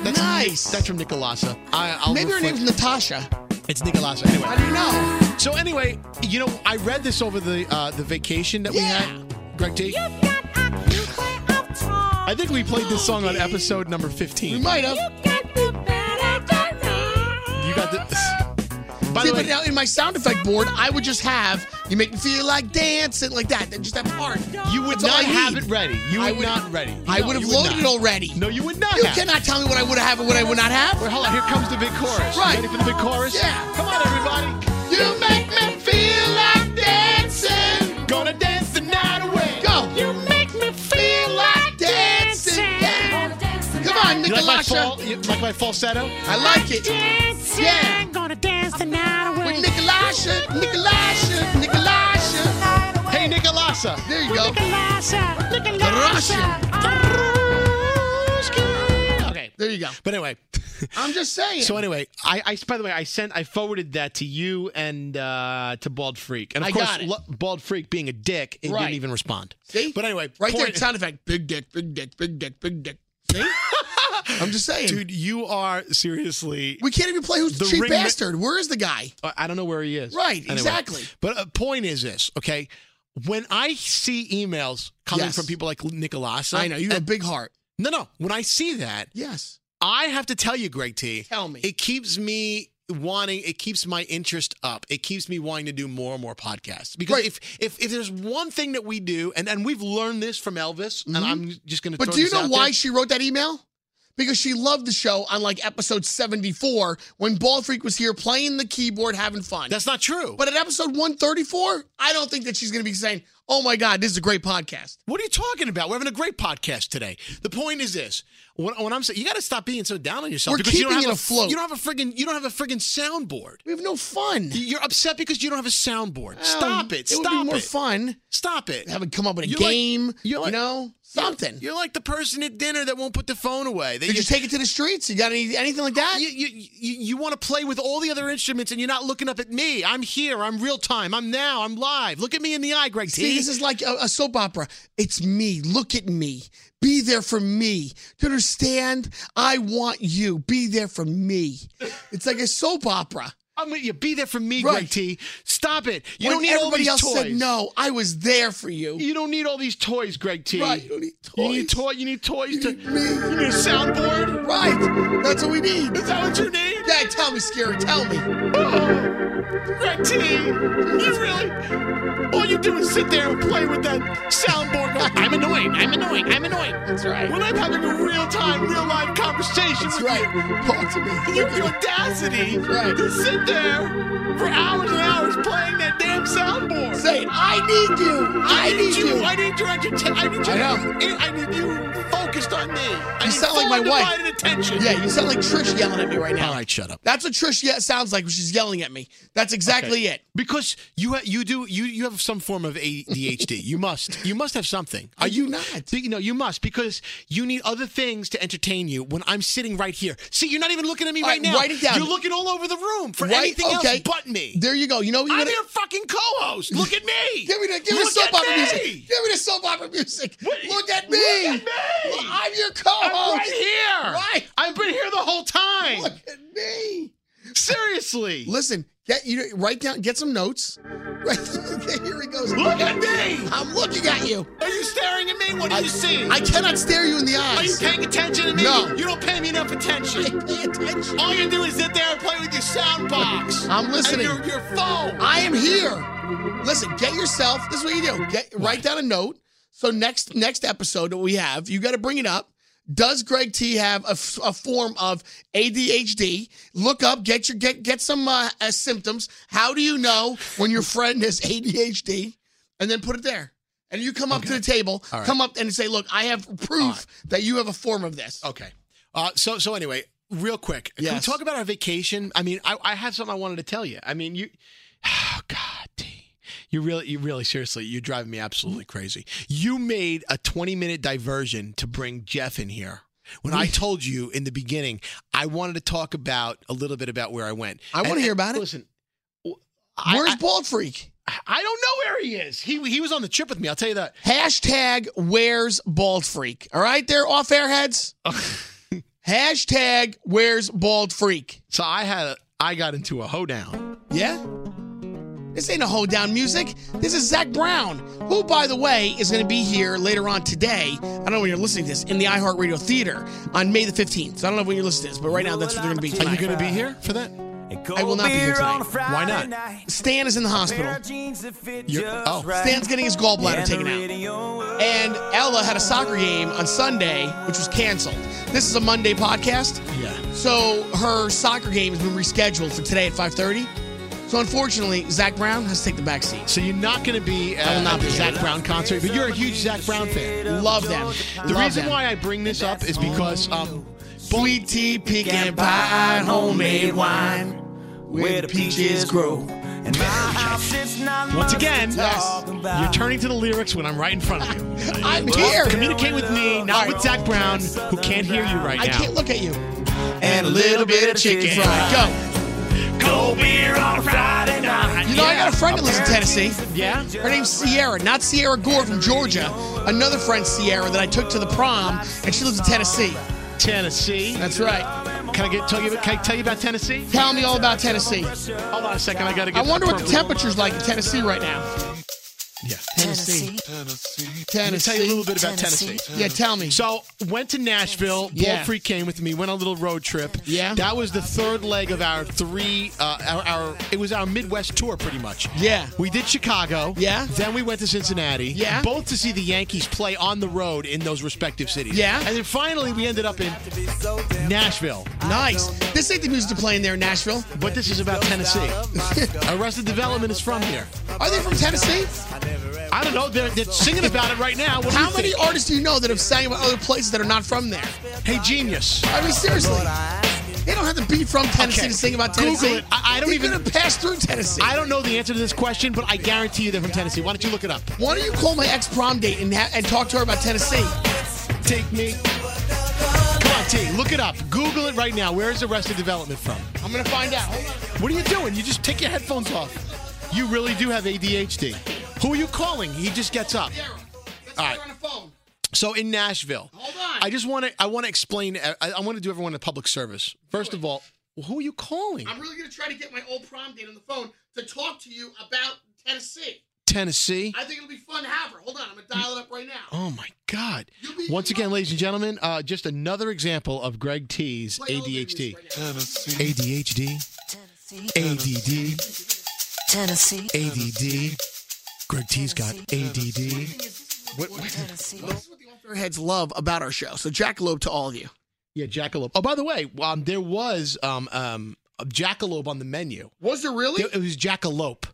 That's Nice. That's from Nicolasa. I, I'll Maybe her reflect- name's Natasha. It's Nicolasa. Anyway. How do you know? So anyway, you know, I read this over the uh, the vacation that Yeah. we had, Greg T. I think we played this song on episode number We fifteen. might have. You got the. By See, the way, but now in my sound effect board, I would just have you make me feel like dancing like that, just that part. you would That's all not I have need. it ready. You I would would- not ready. I No, would have you loaded not. it already. No, you would not. You have. cannot tell me what I would have and what I would not Wait, have. hold on. Here comes the big chorus. You Right. ready for the big chorus? Yeah. Come on, everybody. You make me feel like dancing. Gonna dance the night away. Go. You make me feel like dancing. Yeah. Come on, You like my Nicolasha. fall? You like my falsetto? I like it. Yeah. Gonna dance the night away. With Nicolasha, Nicolasha, Nicolasha. Hey, Hey, Nicolasa. There you go. Okay. There you go. But anyway, [LAUGHS] I'm just saying. so anyway, I, I by the way, I sent, I forwarded that to you and uh, to Bald Freak, and of I course, got it. Lo- Bald Freak being a dick, it Right. didn't even respond. See? But anyway, right there, point- sound effect. Big dick, big dick, big dick, big dick. [LAUGHS] See? I'm just saying. dude, you are seriously. we can't even play who's the, The cheap ring- bastard. Where is the guy? I I don't know where he is. Right, Anyway. exactly. But a point is this, okay? When I see emails coming Yes. from people like Nicolasa, I know. You have a and- big heart. no, no. When I see that, Yes. I have to tell you, Greg T. Tell me. It keeps me wanting. It keeps my interest up. It keeps me wanting to do more and more podcasts. Because Right. if, if if there's one thing that we do, and and we've learned this from Elvis, and I'm just going to. Mm-hmm. But do you know why she wrote that email? Because she loved the show on like episode 74 when Ball Freak was here playing the keyboard, having fun. That's not true. but at episode 134, I don't think that she's going to be saying, oh my God, this is a great podcast. What are you talking about? We're having a great podcast today. The point is this: when, when I'm saying you got to stop being so down on yourself We're because you don't have keeping it a afloat. You don't have a friggin' you don't have a friggin' soundboard. We have no fun. You're upset because you don't have a soundboard. stop it! It Stop would be more it! fun Stop it! having come up with a You're like- game, you're you like- know, something. You're like the person at dinner that won't put the phone away. That Did you you- take it to the streets? You got any, anything like that? you, you, you, you want to play with all the other instruments and you're not looking up at me. I'm here. I'm real time. I'm now. I'm live. Look at me in the eye, Greg See, T. this is like a, a soap opera. It's me. Look at me. Be there for me. Do you understand? I want you. Be there for me. It's like a soap opera. I'm with you. Be there for me, Right. Greg T. Stop it. You When don't need all everybody these else toys. said no. I was there for you. You don't need all these toys, Greg T. Right, you don't need You need, toys. toy, you need toys to. need me. You need a soundboard? Right. That's what we need. Is that what you need? Yeah, tell me, Scary. Tell me. [GASPS] Greg T. You really. All you do is sit there and play with that soundboard. Go, [LAUGHS] I'm annoying. I'm annoying. I'm annoying. That's right. When I'm having a real time, real life conversation That's with right. you, Talk to me. You have the audacity Right. to sit there for hours and hours playing that damn soundboard. Say, it. I need you. I need you. I need your attention. I need your. I know. I need you focused on me. I You need sound like full my wife. undivided Attention. Yeah, you sound like Trish yelling at me right now. All right, shut up. That's what Trish ye- sounds like when she's yelling at me. That's exactly it. Because you ha- you do you you have some form of [LAUGHS] ADHD. you must you must have something. Are you not? You know you must because you need other things to entertain you. When I'm sitting right here, see you're not even looking at me All right, right, now. write it down. You're looking all over the room for Right? anything Okay. else but me. There you go. You know what you're I'm gonna your fucking co-host. Look at me. give me the give me the Look soap at opera me. music. Give me the soap opera music. What- Look at me. Look at me. Well, I'm your co-host. I'm right here. Right. I've been here the whole time. Look at me. Seriously. Listen, get you write down, get some notes. [LAUGHS] Right okay, here he goes. Look at me. I'm looking at you. Are you staring at me? What do I- you see? I cannot stare you in the Are you eyes. paying attention to me? No. You don't pay me enough attention. Pay attention. All you do is sit there and play with your sound box. I'm listening. And your, your phone. I am here. Listen, get yourself. This is what you do. Get write down a note. So next next episode that we have, you got to bring it up. Does Greg T have a, f- a form of ADHD? Look up, get your get get some uh, uh, symptoms. How do you know when your friend has ADHD? And then put it there. And you come up to the table, All right. come up and say, "Look, I have proof right. that you have a form of this." Okay. Uh, so so anyway, real quick, can we Yes. talk about our vacation? I mean, I, I have something I wanted to tell you. I mean, you, [SIGHS] oh God, T, you really, you really, seriously, you're driving me absolutely crazy. You made a 20 minute diversion to bring Jeff in here. When I told you in the beginning, I wanted to talk about a little bit about where I went. I wanna And- hear and about it. Listen, Where's I- Bald Freak? I don't know where he is. He he was on the trip with me. I'll tell you that. Hashtag where's bald freak? All right, there, [LAUGHS] off airheads. Hashtag where's bald freak? So I had a, I got into a hoedown. Yeah? This ain't a hold down music. This is Zach Brown, who, by the way, is going to be here later on today. I don't know when you're listening to this in the iHeartRadio Theater on May the 15th. So I don't know when you're listening to this, but right now that's what they're going to be Are you tonight. going to be here for that? I will not be here tonight. Why not? Stan is in the hospital. You're, oh, Stan's getting his gallbladder taken out. And Ella had a soccer game on Sunday, which was canceled. This is a Monday podcast. Yeah. So her soccer game has been rescheduled for today at 5.30. So unfortunately, Zach Brown has to take the back seat. So you're not going to be uh, I will not at the be here. Zach Brown concert, but you're a huge Zach Brown fan. Love them. The reason why I bring this up is because um, Sweet tea, pecan pie, homemade wine, where the peaches grow. and Once again, yes. you're turning to the lyrics when I'm right in front of you. [LAUGHS] I'm here. Communicate with me, not with Zach Brown, who can't hear you right now. I can't look at you. and a little bit of chicken fry. Go. Cold beer on Friday night. You know, I got a friend that lives in Tennessee. Yeah? Her name's Sierra, not Sierra Gore from Georgia. Another friend, Sierra, that I took to the prom, and she lives in Tennessee. Tennessee. That's right. Can I get tell you? Can I tell you about Tennessee? Tell me all about Tennessee. Hold on a second. I gotta I get. wonder what the purple- temperature's like in Tennessee right now. Yeah. Tennessee. Let me Tennessee. tell you a little bit about Tennessee. Yeah, tell me. So went to Nashville. Yeah. Paul Free came with me. Went on a little road trip. Yeah. That was the third leg of our three. Uh, our, our it was our Midwest tour pretty much. Yeah. We did Chicago. Yeah. Then we went to Cincinnati. Yeah. Both to see the Yankees play on the road in those respective cities. Yeah. And then finally we ended up in Nashville. Nice. This ain't the music they're playing there in Nashville. But this is about [LAUGHS] Tennessee. Arrested Development is from here. Are they from Tennessee? I don't know. They're, they're singing about it right now. What do How you many think? artists do you know that have sang about other places that are not from there? Hey, genius. I mean, seriously. They don't have to be from Tennessee Okay. to sing about Google Tennessee. it. I- I don't they even- could have passed through Tennessee. I don't know the answer to this question, but I guarantee you they're from Tennessee. Why don't you look it up? Why don't you call my ex prom date and, ha- and talk to her about Tennessee? Take me. Come on, T. Look it up. Google it right now. Where is Arrested Development from? I'm gonna find out. Hold on. What are you doing? You just take your headphones off. You really do have ADHD. Who are you calling? He just gets up. Let's All right. on the phone. So in Nashville, Hold on. I just want to. I want to explain. I, I want to do everyone a public service. First of all, who are you calling? really gonna try to get my old prom date on the phone to talk to you about Tennessee. Tennessee. I think it'll be fun to have her. Hold on, I'm gonna dial it up right now. Oh my God! You'll be- Once again, ladies and gentlemen, uh, just another example of Greg T's Play all the music ADHD. right now. ADHD, Tennessee. ADD, Tennessee. ADD. Greg T's got ADD. Tennessee. This is what the author heads love about our show. So Jackalope to all of you. Yeah, Jackalope. Oh, by the way, um, there was um, um, a Jackalope on the menu. Was there really? There- It was Jackalope.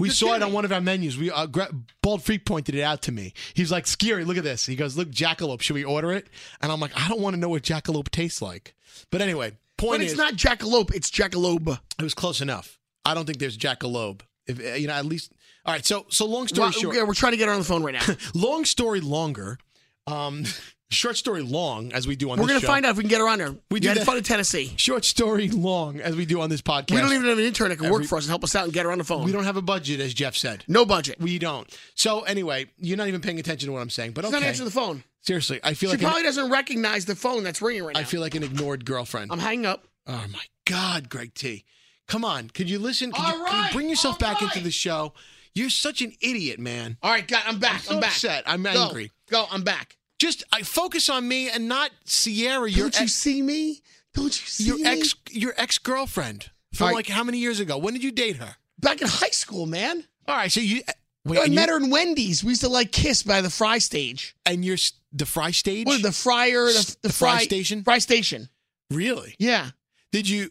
We You're saw it kidding. on one of our menus. We uh, Gre- Bald Freak pointed it out to me. He's like, "Scary, look at this." He goes, "Look, Jackalope. Should we order it?" And I'm like, "I don't want to know what Jackalope tastes like." But anyway, point but is, it's not Jackalope, it's Jackalobe. It was close enough. I don't think there's Jackalope. If uh, you know, at least. All right. So so long story Well, short. yeah, we're trying to get her on the phone right now. Long story longer. Um, [LAUGHS] short story long as we do [LAUGHS] on we're this gonna show. find out if we can get her on there. We do had that- fun in Tennessee. Short story long as we do on this podcast. We don't even have an intern that can work for us and help us out and get her on the phone. We don't have a budget, as Jeff said. no budget. We don't. So anyway, you're not even paying attention to what I'm saying. But She's okay. not answering the phone. Seriously, I feel She like probably an, doesn't recognize the phone that's ringing right now. I feel like an ignored girlfriend. I'm hanging up. oh my God, Greg T. Come on, could you listen? Could, All you, could you right, bring yourself all back into right. the show? You're such an idiot, man. All right, God, I'm back. so I'm back. upset. I'm Go. angry. Go. I'm back. just I focus on me and not Sierra, your Don't you ex, see me? Don't you see your me? ex your ex girlfriend from All right. like how many years ago? When did you date her? back in high school, man. All right, so you eh, wait, I and, met you, her in Wendy's. We used to like kiss by the fry stage. and you're s- the fry stage. What the fryer? The, the, The fry station? Fry station. really? Yeah. Did you?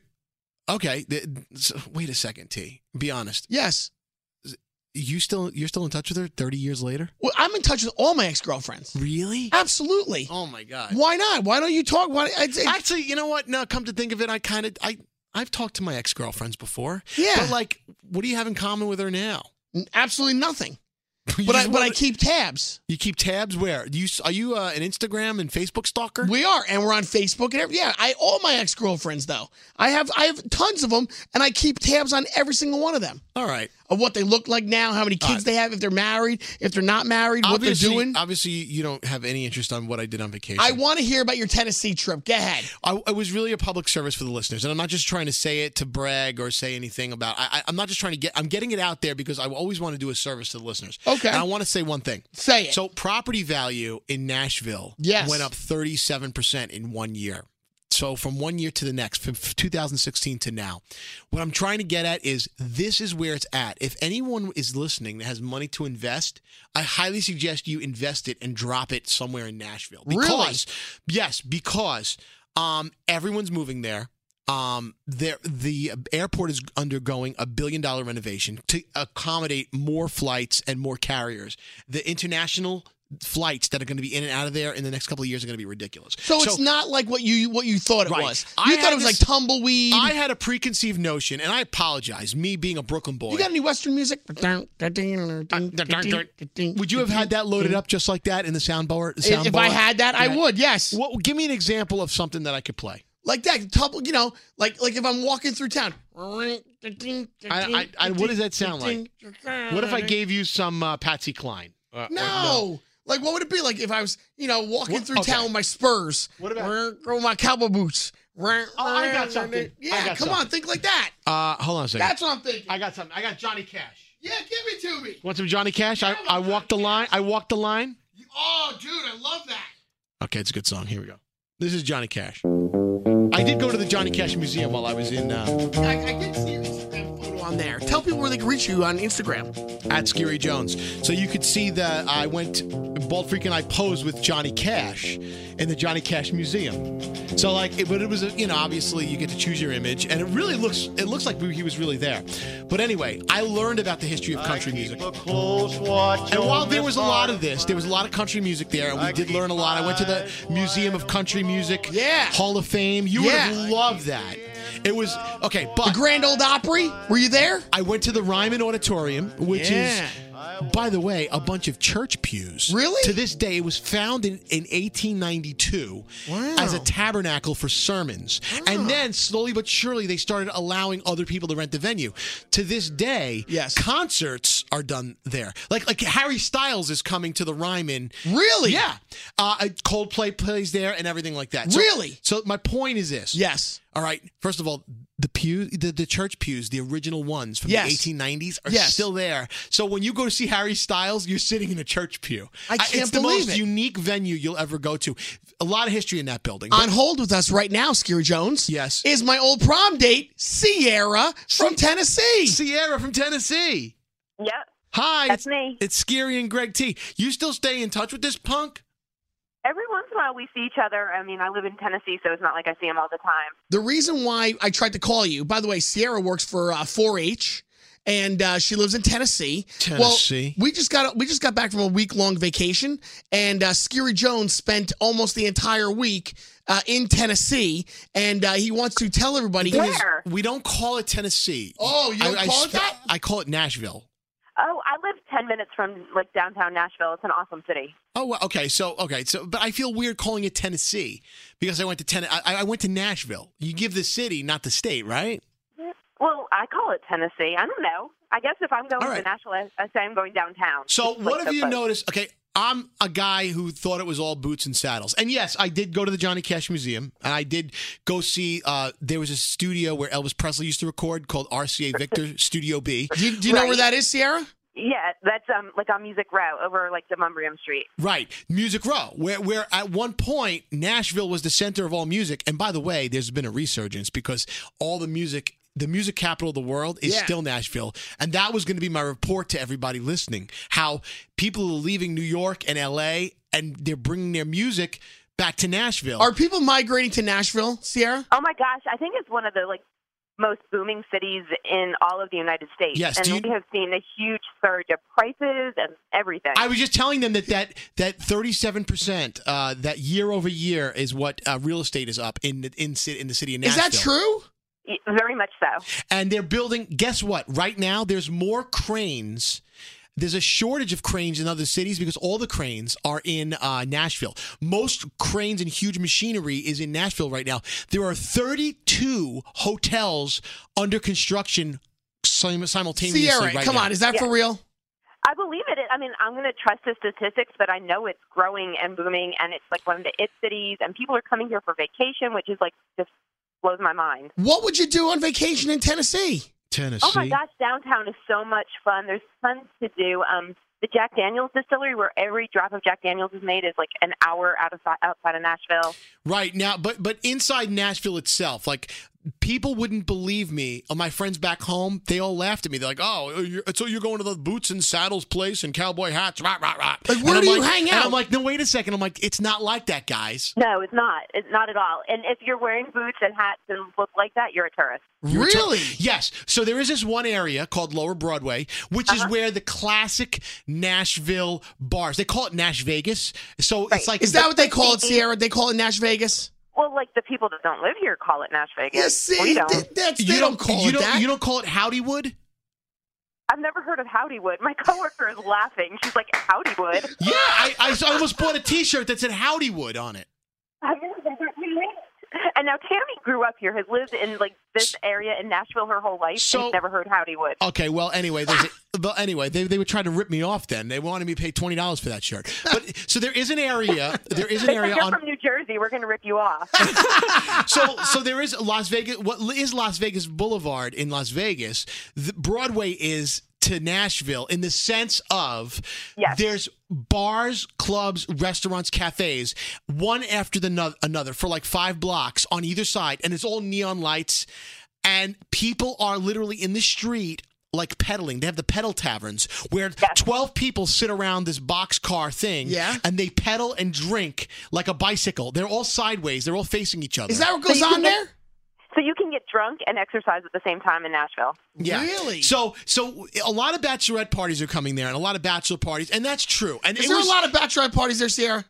Okay, th- so, wait a second, T. Be honest. Yes. You still you're still in touch with her 30 years later? Well, I'm in touch with all my ex girlfriends. Really? Absolutely. Oh my god. Why not? Why don't you talk? Why? It's, it's, Actually, you know what? Now, come to think of it, I kind of I I've talked to my ex girlfriends before. Yeah. But like, what do you have in common with her now? [LAUGHS] absolutely nothing. You But I just but I wanna- keep tabs. You keep tabs where? Do you are you uh, an Instagram and Facebook stalker? We are, and we're on Facebook and every, yeah. I all my ex girlfriends though. I have I have tons of them, and I keep tabs on every single one of them. All right. of what they look like now, how many kids Alright. they have, if they're married, if they're not married, what they're obviously, doing. Obviously, you don't have any interest on what I did on vacation. I want to hear about your Tennessee trip. Go ahead. I, I was really a public service for the listeners, and I'm not just trying to say it to brag or say anything about. I, I, I'm not just trying to get. I'm getting it out there because I always want to do a service to the listeners. Okay. And I want to say one thing. Say it. So property value in Nashville Yes. went up 37% in one year. So from one year to the next, from 2016 to now, what I'm trying to get at is this is where it's at. If anyone is listening that has money to invest, I highly suggest you invest it and drop it somewhere in Nashville. Really? Because, yes, because um, everyone's moving there. Um, there the airport is undergoing a billion dollar renovation to accommodate more flights and more carriers. The international flights that are going to be in and out of there in the next couple of years are going to be ridiculous. So, it's not like what you what you thought it Right. was. I You had thought it was this- like tumbleweed. I had a preconceived notion, and I apologize. Me being a Brooklyn boy, you got any Western music? would you have had that loaded up just like that in the soundboard? If I had that, I would. Yes. What? Give me an example of something that I could play. like that tumble you know like like if i'm walking through town I, I, I, what does that sound like? What if I gave you some uh, Patsy Cline? no. like what would it be like if i was you know walking What- through okay. town with my spurs What about- Grow my cowboy boots oh I got something. yeah I got come on think like that Uh, hold on a second. that's what i'm thinking I got something. I got Johnny Cash. yeah give it to me Want some Johnny Cash? I, I walked the line. I walked the line. oh dude i love that Okay, it's a good song. Here we go. This is Johnny Cash. I did go to the Johnny Cash Museum while I was in uh, i, I did see your Instagram photo on there tell people where they can reach you on instagram at Scary Jones, so you could see that I went. Bald Freak and I posed with Johnny Cash in the Johnny Cash Museum. So like, it, but it was a, you know obviously you get to choose your image, and it really looks it looks like he was really there. But anyway, I learned about the history of country music. And while there was a lot of this, there was a lot of country music there, and we did learn a lot. I went to the Museum of Country Music Yeah. Hall of Fame. You Yeah. would have loved that. It was okay, the but grand old opry were you there I went to the Ryman Auditorium, which Yeah. is, by the way, a bunch of church pews. Really? To this day, it was founded in 1892 Wow. Ah. as a tabernacle for sermons. And then, slowly but surely, they started allowing other people to rent the venue. To this day, Yes. concerts are done there. Like, like Harry Styles is coming to the Ryman. really Yeah. Uh, Coldplay plays there and everything like that. So- Really? So, my point is this. yes All right. First of all, the pew, the, the church pews, the original ones from Yes. the 1890s, are Yes. still there. So when you go to see Harry Styles, you're sitting in a church pew. I can't it's the believe most it. unique venue you'll ever go to. A lot of history in that building. on hold with us right now, Scary Jones. Yes. Is my old prom date, Sierra from Tennessee. Sierra from Tennessee. Yep. Hi, it's, That's me. it's Scary and Greg T. You still stay in touch with this punk? Every once in a while we see each other. I mean, I live in Tennessee, so it's not like I see him all the time. The reason why I tried to call you, by the way, Sierra works for uh, 4-H. And uh, she lives in Tennessee. Tennessee. Well, we just got we just got back from a week long vacation, and uh, Scary Jones spent almost the entire week uh, in Tennessee, and uh, he wants to tell everybody. Where? We don't call it Tennessee. Oh, you don't I, call I it that? I call it Nashville. Oh, I live 10 minutes from like downtown Nashville. It's an awesome city. Oh, well, okay. So, okay. So, but I feel weird calling it Tennessee because I went to Ten. I, I went to Nashville. You give the city, not the state, right? Well, I call it Tennessee. I don't know. I guess if I'm going All right. to Nashville, I, I say I'm going downtown. So, It's, like, what have you close. noticed? Okay, I'm a guy who thought it was all boots and saddles, and yes, I did go to the Johnny Cash Museum, and I did go see. Uh, there was a studio where Elvis Presley used to record called RCA Victor [LAUGHS] Studio B. Do you, do you know Right. where that is, Sierra? Yeah, that's um like on Music Row over like the Mumbrium Street. Right, Music Row, where where at one point Nashville was the center of all music, and by the way, there's been a resurgence because all the music, the music capital of the world, is Yeah. still Nashville, and that was going to be my report to everybody listening: how people are leaving New York and L.A. and they're bringing their music back to Nashville. Are people migrating to Nashville, Sierra? Oh my gosh, I think it's one of the like most booming cities in all of the United States. Yes, and do you- we have seen a huge surge of prices and everything. I was just telling them that that that thirty seven percent uh, that year over year is what uh, real estate is up in the in, ci- in the city of Is Nashville. that true? Y- Very much so. and they're building guess what right now there's more cranes there's a shortage of cranes in other cities because all the cranes are in uh, Nashville. Most cranes and huge machinery is in Nashville right now. There are 32 hotels under construction sim- simultaneously. Sierra, right come now. on, is that for real? I believe it. I mean, I'm going to trust the statistics, but I know it's growing and booming, and it's like one of the it cities, and people are coming here for vacation, which is like just blows my mind. What would you do on vacation in Tennessee? Tennessee. Oh my gosh, downtown is so much fun. There's tons to do. Um, the Jack Daniel's distillery, where every drop of Jack Daniel's is made, is like an hour out of outside of Nashville. Right now, but but inside Nashville itself, like people wouldn't believe me. Oh, my friends back home, they all laughed at me. They're like, "Oh, you're, so you're going to the boots and saddles place and cowboy hats, rah rah rah." Like, And where I'm do you like- hang and out? I'm like, "No, wait a second. I'm like, it's not like that, guys." No, it's not. It's not at all. And if you're wearing boots and hats and look like that, you're a tourist. Really? yes. So there is this one area called Lower Broadway, which is where the classic Nashville bars. They call it Nash Vegas. So it's like Is that what they call it, Sierra? They call it Nash Vegas? Well, like the people that don't live here call it Nash Vegas. Yes, see, we don't. th- that's, You they don't, don't, call you it don't, that. You don't call it Howdywood. I've never heard of Howdywood. My [LAUGHS] coworker is laughing. She's like, Howdywood? Yeah, I, I almost bought a T-shirt that said Howdywood on it. [LAUGHS] I've never heard of it. And now Tammy grew up here, has lived in like this area in Nashville her whole life. So- uh, She's never heard Howdywood. [LAUGHS] Okay, well, anyway, there's a, well, anyway, they, they would try to rip me off. Then they wanted me to pay twenty dollars for that shirt. But so there is an area, there is an They said, area You're on. from New Jersey. We're going to rip you off. So so there is Las Vegas. What is Las Vegas Boulevard in Las Vegas? The Broadway is to Nashville in the sense of Yes. there's bars, clubs, restaurants, cafes, one after the no- another for like five blocks on either side, and it's all neon lights, and people are literally in the street. Like pedaling, they have the pedal taverns where twelve people sit around this box car thing, Yeah. and they pedal and drink like a bicycle. They're all sideways, they're all facing each other. Is that what goes you on can there? get- so you can get drunk and exercise at the same time in Nashville. Yeah. Really? So, so a lot of bachelorette parties are coming there, and a lot of bachelor parties, and that's true. And Is it there was a lot of bachelorette parties there, Sierra?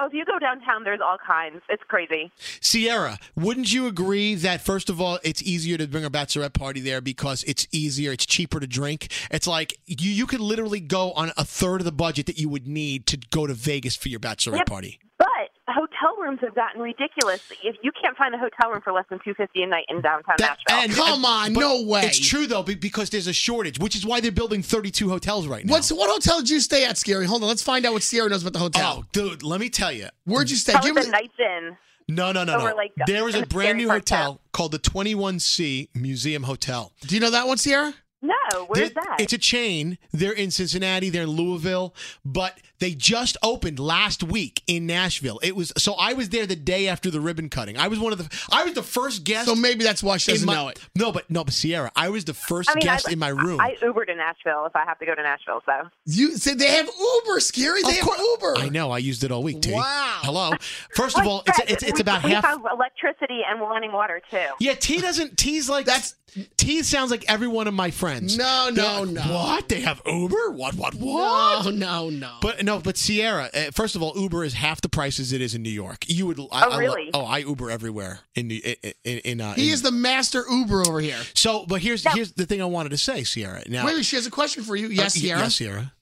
Oh, if you go downtown, there's all kinds. It's crazy. Sierra. Wouldn't you agree that first of all, it's easier to bring a bachelorette party there because it's easier, it's cheaper to drink. It's like you you could literally go on a third of the budget that you would need to go to Vegas for your bachelorette Yep. party. But hotel rooms have gotten ridiculous. If you can't find a hotel room for less than two fifty a night in downtown That- Nashville, and- Oh, Come on, but no way. It's true though be- because there's a shortage, which is why they're building 32 hotels right now. What's what hotel did you stay at, Scary? Hold on, let's find out what Sierra knows about the hotel. Oh, dude, let me tell you. Where'd you stay? that Give was me- the nights in. No, no, no, Over, no. like, there is in a the brand new scary part hotel called the 21C Museum Hotel. Do you know that one, Sierra? No, where's They're- that? It's a chain. They're in Cincinnati. They're in Louisville, but they just opened last week in Nashville. It was so I was there the day after the ribbon cutting. I was one of the I was the first guest. So maybe that's why she in doesn't my- know it. No, but no, but Sierra, I was the first I mean, guest I, in my room. I, Uber to Nashville if I have to go to Nashville. So You said they have Uber, Scary. They have Uber. I know. I used it all week. T. Wow. [LAUGHS] Hello. First of all, it's it's, it's we, about we half. have electricity and running water too. Yeah, T doesn't. T's like That's- T sounds like every one of my friends. No, no, They're no. like, What they have Uber? What? What? What? No, no, no. But no, but Sierra. Uh, first of all, Uber is half the price as it is in New York. You would. I, I lo- really? oh, I Uber everywhere in the in in. in, uh, he in- is the master Uber over here. So, but here's No. here's the thing I wanted to say, Sierra. Now, Wait, she has a question for you. Yes, Uh, y- Sierra. Yes, Sierra.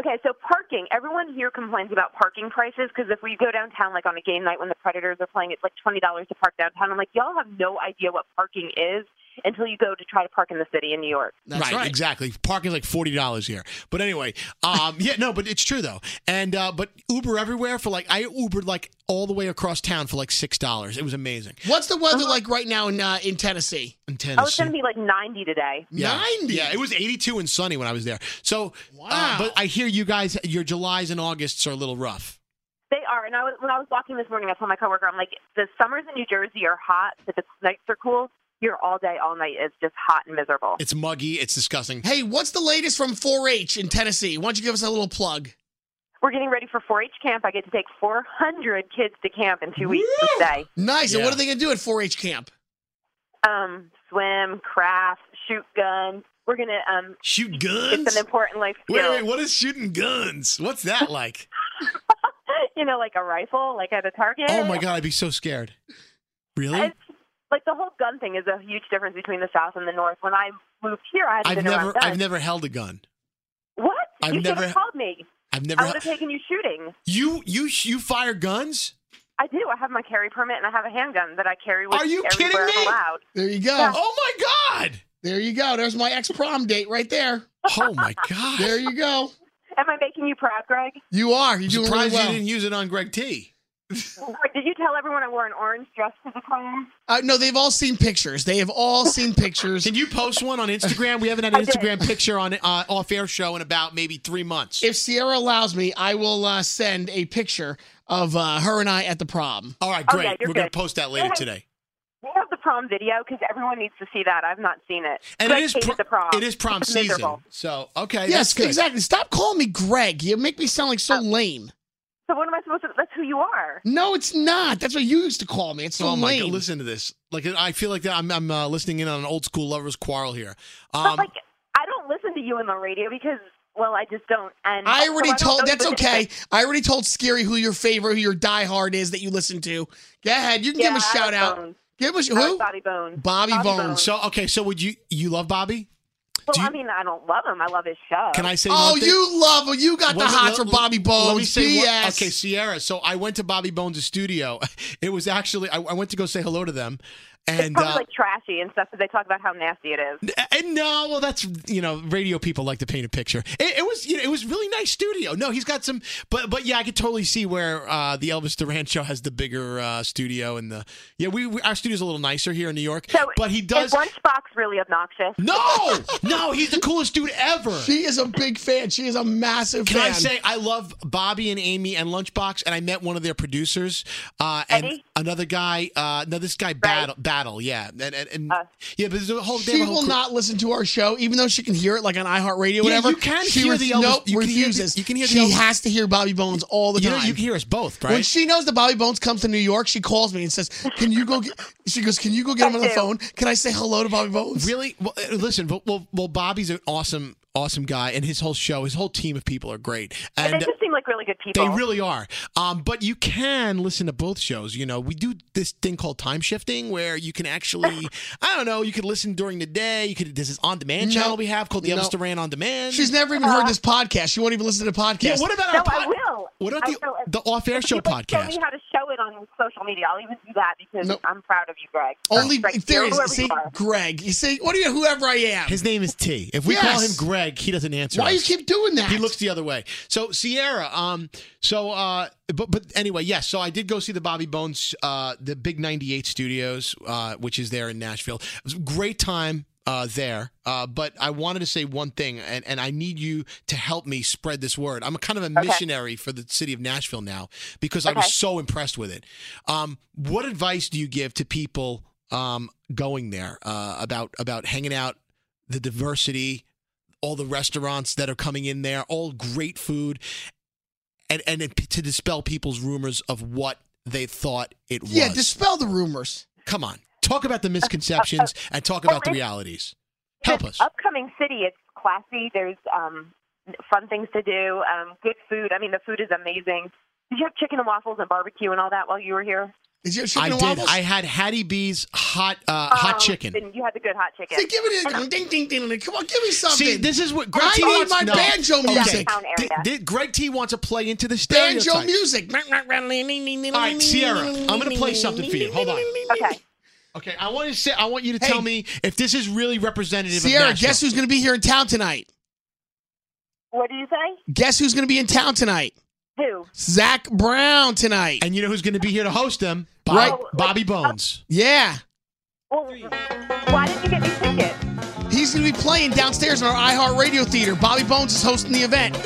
Okay, so parking. Everyone here complains about parking prices because if we go downtown, like on a game night when the Predators are playing, it's like twenty dollars to park downtown. I'm like, y'all have no idea what parking is until you go to try to park in the city in New York. That's right. Exactly. Parking's like forty dollars here. But anyway, um, [LAUGHS] yeah, no, but it's true though. And uh, but Uber everywhere for like I Ubered like all the way across town for like six dollars. It was amazing. What's the weather like right now in uh, in Tennessee? In Oh, it's Tennessee. going to be like ninety today. Yeah. 90. Yeah, it was 82 and sunny when I was there. So, uh, Wow. but I hear you guys, your Julys and Augusts are a little rough. They are. And I was, when I was walking this morning, I told my coworker, I'm like, the summers in New Jersey are hot, but the nights are cool. Here, all day, all night is just hot and miserable. It's muggy. It's disgusting. Hey, what's the latest from 4-H in Tennessee? Why don't you give us a little plug? We're getting ready for 4-H camp. I get to take 400 kids to camp in two weeks each day. Nice. And Yeah. what are they gonna do at 4-H camp? Um, swim, craft, shoot guns. We're going to um, [LAUGHS] Shoot it's guns? an important life Wait, skill. wait, what is shooting guns? What's [LAUGHS] that like? You know, like a rifle, like at a target. oh my God, I'd be so scared. Really? It's, like the whole gun thing is a huge difference between the South and the North. When I moved here, I hadn't I've been never, around guns. I've never held a gun. what? I've you should never- have called me. I've I never. would have held- taken you shooting. you, you, sh- you fire guns? I do. I have my carry permit and I have a handgun that I carry with Are you kidding everywhere me? I'm allowed. There you go. [LAUGHS] Oh my God! There you go. There's my ex prom date right there. Oh [LAUGHS] my God! There you go. Am I making you proud, Greg? You are. You're I'm doing really surprised well. you didn't use it on Greg T. Wait, Did you tell everyone I wore an orange dress to the prom? Uh, no, they've all seen pictures. They have [LAUGHS] all seen pictures. Can you post one on Instagram? We haven't had an [LAUGHS] I did. Instagram picture on uh, off air show in about maybe three months. if Sierra allows me, I will uh, send a picture of uh, her and I at the prom. All right, Oh, great. yeah, you're We're going to good. post that later Okay. today. We have the prom video because everyone needs to see that. I've not seen it. And Greg it is hated pro- the prom. it is prom It's season. miserable. So okay, that's Yes, good. exactly. Stop calling me Greg. You make me sound like so lame. So what am I supposed to? That's who you are. No, it's not. That's what you used to call me. It's so oh my lame. god, listen to this. Like I feel like that I'm I'm uh, listening in on an old school lovers quarrel here. But Um, like, I don't listen to you on the radio because, well, I just don't. And I so already Oh, don't told. know That's the okay. difference. I already told Scary who your favorite, who your diehard is that you listen to. Go ahead. You can give him a Yeah, I shout like out. Bones. Give him a sh- I like who? Bobby Bones. Bobby Bones. so okay, so would you you love Bobby? Well, do you- I mean, I don't love him. I love his show. Can I say? Oh, one thing? you love him. You got the Well, hot let- for let- Bobby Bones. Let me say what- BS. okay, Sierra. So I went to Bobby Bones' studio. [LAUGHS] It was actually I, I went to go say hello to them, It's and probably uh, like trashy and stuff because they talk about how nasty it is. and no, well, that's you know, radio people like to paint a picture. It, it was you know, it was really nice studio. No, he's got some, but but yeah, I could totally see where uh, the Elvis Duran show has the bigger uh, studio and the yeah, we, we our studio's a little nicer here in New York. So but he does Is Lunchbox really obnoxious? no, no, he's the coolest dude ever. She is a big fan. She is a massive Can fan. I say I love Bobby and Amy and Lunchbox, and I met one of their producers uh, and Eddie? another guy. Uh, no, this guy Battle, Battle, yeah, and, and, and Uh. yeah, but there's a whole. they she have a whole will crew. not listen to our show, even though she can hear it like on iHeartRadio, Yeah, whatever. you can she hear the Elvis- Nope, you can hear the- refuses. you can hear the She Elvis- has to hear Bobby Bones all the You know, time. you can hear us both, right? When she knows that Bobby Bones comes to New York, she calls me and says, "Can you go?" Get, she goes, "Can you go get [LAUGHS] him on the do. phone? Can I say hello to Bobby Bones?" Really? Well, uh, listen, well, well, well, Bobby's an awesome, awesome guy, and his whole show, his whole team of people are great, And, and. they just seem like really good people. They really are. Um, but you can listen to both shows. You know, we do this thing called time shifting where you can [LAUGHS] actually, I don't know, you could listen during the day. You could, this is on demand No. channel we have called the No. Elvis Duran on demand. She's never even heard this podcast. She won't even listen to the podcast. Yeah, what about no, our pod- I will. What about I the, will. If- the off air if show you would Show me podcast? how to show it on social media. I'll even do that because Nope. I'm proud of you, Greg. Only Greg, if there you're is whoever see, you are. Greg. You say, "What do you? Whoever I am." His name is T. If we call him Yes. Greg, he doesn't answer. Why do you us. keep doing that? He looks the other way. So Sierra, um, so uh, but but anyway, yes. So I did go see the Bobby Bones, uh, the Big Ninety Eight Studios, uh, which is there in Nashville. It was a great time. Uh, there, uh, but I wanted to say one thing, and, and I need you to help me spread this word. I'm kind of a missionary for the city of Nashville now because I Okay. was so impressed with it. Um, what advice do you give to people um, going there uh, about about hanging out, the diversity, all the restaurants that are coming in there, all great food, and and it, to dispel people's rumors of what they thought it was. Yeah, dispel the rumors. Come on, talk about the [LAUGHS] misconceptions and talk about the it's- realities. Help us. This Upcoming city. It's classy. There's um, fun things to do. Um, good food. I mean, the food is amazing. Did you have chicken and waffles and barbecue and all that while you were here? Is your chicken I and did. waffles? I had Hattie B's hot uh, Oh, hot chicken. then You had the good hot chicken. Say, give it a ding, ding, ding, ding. Come on, give me something. See, this is what Greg I T need wants. my no. banjo Okay. music. Downtown area. Did- did- Greg T wants to play into the stereotype. banjo music. All All right, Sierra, I'm gonna play something for you. Hold on. Okay. Okay, I want to say I want you to Hey. tell me if this is really representative of Sierra, Nashville. guess who's gonna be here in town tonight? What did you say? Guess who's gonna be in town tonight? Who? Zach Brown tonight. And you know who's going to be here to host them? Bob, Right. Bobby Bones. Yeah. Well, why did you get me tickets? He's going to be playing downstairs in our iHeartRadio theater. Bobby Bones is hosting the event.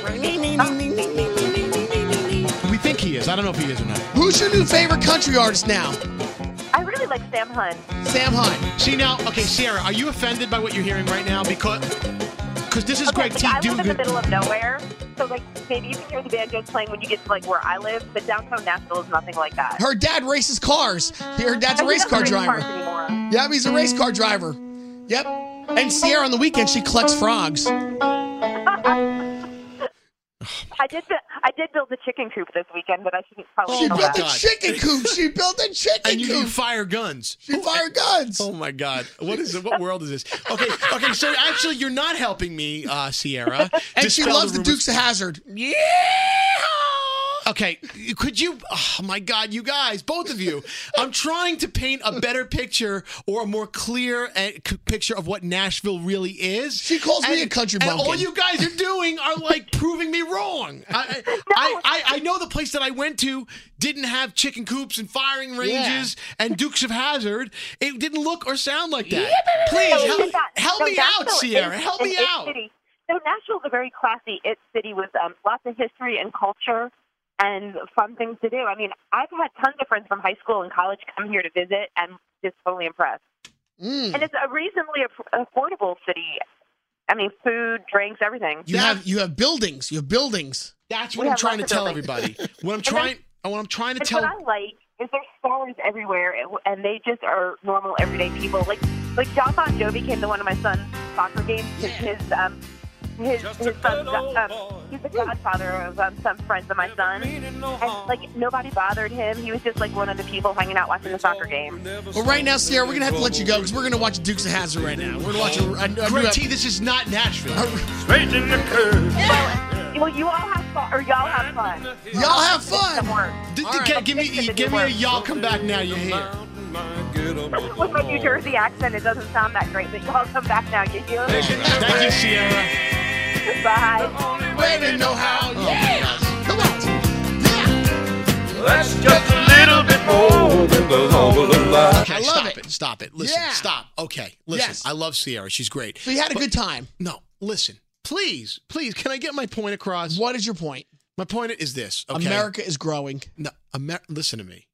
We think he is. I don't know if he is or not. Who's your new favorite country artist now? I really like Sam Hunt. Sam Hunt. See now, okay, Sierra, are you offended by what you're hearing right now? Because because this is Okay, Greg like, T. I live in the Dugan. middle of nowhere, so like maybe you can hear the banjos playing when you get to like where I live, but downtown Nashville is nothing like that. Her dad races cars. Her dad's a And he race doesn't car race driver. cars anymore. Yep, he's a race car driver. Yep. And Sierra on the weekend, she collects frogs. I did the, I did build the chicken coop this weekend, but I shouldn't probably. She tell my built that. a God. [LAUGHS] chicken coop. She built a And chicken you, you coop. fire guns. [LAUGHS] She fired guns. Oh my God! What is it? What world is this? Okay, okay. So actually, you're not helping me, uh, Sierra. [LAUGHS] And she Dispel loves the rumors. Dukes of Hazard. Yeah. Okay, could you? Oh my God, you guys, both of you. I'm trying to paint a better picture or a more clear uh, c- picture of what Nashville really is. She calls me a country and bumpkin. all you guys are doing are like proving me wrong. I, [LAUGHS] I, I, I, I know the place that I went to didn't have chicken coops and firing ranges and Dukes of Hazard. It didn't look or sound like that. Please Hey, help, look at that. help So me Nashville out, is Sierra. Help an me it out. City. So Nashville's a very classy it city with um, lots of history and culture and fun things to do. I mean, I've had tons of friends from high school and college come here to visit and just totally impressed. Mm. And it's a reasonably aff- affordable city. I mean, food, drinks, everything. You have you have buildings. You have buildings. That's what We I'm have trying lots to of tell everybody. What I'm then- trying, oh, what I'm trying to And tell. what I like is there's stars everywhere, and- and they just are normal, everyday people. Like like John Bon Jovi came to one of my son's soccer games because his um his his son's um, he's the godfather of um, some friends of my son, and like nobody bothered him. He was just like one of the people hanging out watching the soccer game. Well, right now, Sierra, we're gonna have to let you go because we're gonna watch Dukes of Hazard right now. We're watching. I, I do Greg have- T, this is not Nashville. Straightening the curve. Well, you all have fun, or y'all have fun. Y'all have fun. D- d- g- give me, give me a y'all come back now. You're here. With my New Jersey accent, it doesn't sound that great, but y'all come back now. You hear? Thank you, Sierra. [LAUGHS] Bye. Way to know how. Oh, Yeah. Come on. That's just a little bit more than the love of the life. Okay, I love stop it. Uh, it. Stop it. Listen, Yeah. stop. Okay, listen. Yes. I love Sierra. She's great. So you had a But- good time. No, listen. Please, please, can I get my point across? What is your point? My point is this. Okay. America is growing. No, Amer- listen to me.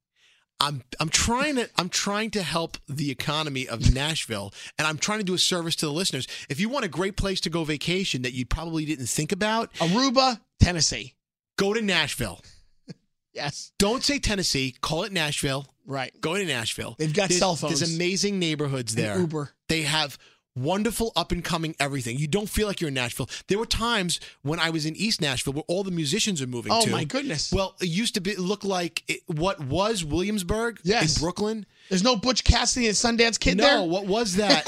I'm I'm trying to I'm trying to help the economy of Nashville, and I'm trying to do a service to the listeners. If you want a great place to go vacation that you probably didn't think about, Aruba, Tennessee. go to Nashville. Yes. Don't say Tennessee. Call it Nashville. Right. Go to Nashville. They've got There's- cell phones. There's amazing neighborhoods there. Uber. They have wonderful up and coming everything. You don't feel like you're in Nashville. There were times when I was in East Nashville where all the musicians are moving Oh to. my goodness. Well, it used to be look like it, what was Williamsburg Yes. in Brooklyn. There's no Butch Cassidy and Sundance Kid no, there. what was [LAUGHS] that?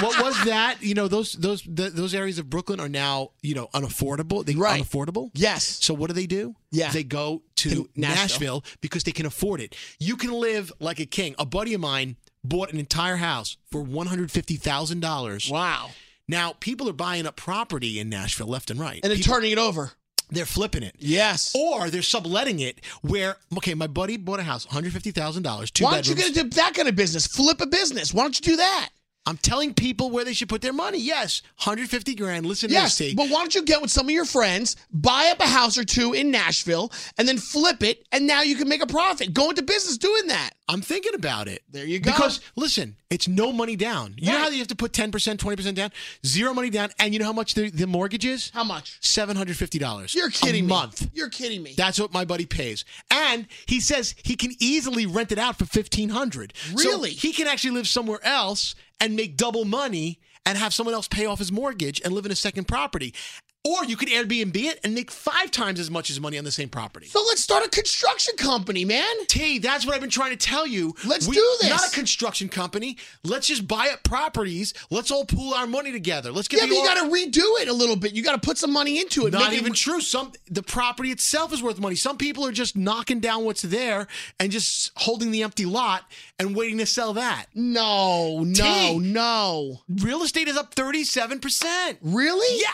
what was that? You know, those those th those areas of Brooklyn are now you know unaffordable. They Right. unaffordable. Yes. So what do they do? Yeah. They go To to Nashville. Nashville. because they can afford it. You can live like a king. A buddy of mine bought an entire house for one hundred fifty thousand dollars. Wow. Now people are buying up property in Nashville left and right. And then People- turning it over. they're flipping it. Yes. Or they're subletting it where okay, my buddy bought a house, one hundred fifty thousand dollars, two Why bedrooms. don't you get into that kind of business? Flip a business. Why don't you do that? I'm telling people where they should put their money. Yes, hundred fifty grand. Listen to Yes. this, T. But why don't you get with some of your friends, buy up a house or two in Nashville, and then flip it, and now you can make a profit. Go into business doing that. I'm thinking about it. There you go. Because listen, it's no money down. You know Right. how you have to put ten percent, twenty percent down, zero money down, and you know how much the, the mortgage is? How much? Seven hundred fifty dollars. You're kidding a me. Month. You're kidding me. That's what my buddy pays, and he says he can easily rent it out for fifteen hundred. Really? he can actually live somewhere else and make double money, and have someone else pay off his mortgage and live in a second property, or you could Airbnb it and make five times as much as money on the same property. so let's start a construction company, man. T, that's what I've been trying to tell you. Let's do this. Not a construction company. Let's just buy up properties. Let's all pool our money together. Let's get Yeah, the but you all- got to redo it a little bit. You got to put some money into it. not Make it- even true. Some the property itself is worth money. Some people are just knocking down what's there and just holding the empty lot and waiting to sell that. No, no, T. no. Real estate is up thirty seven percent. Really? Yeah.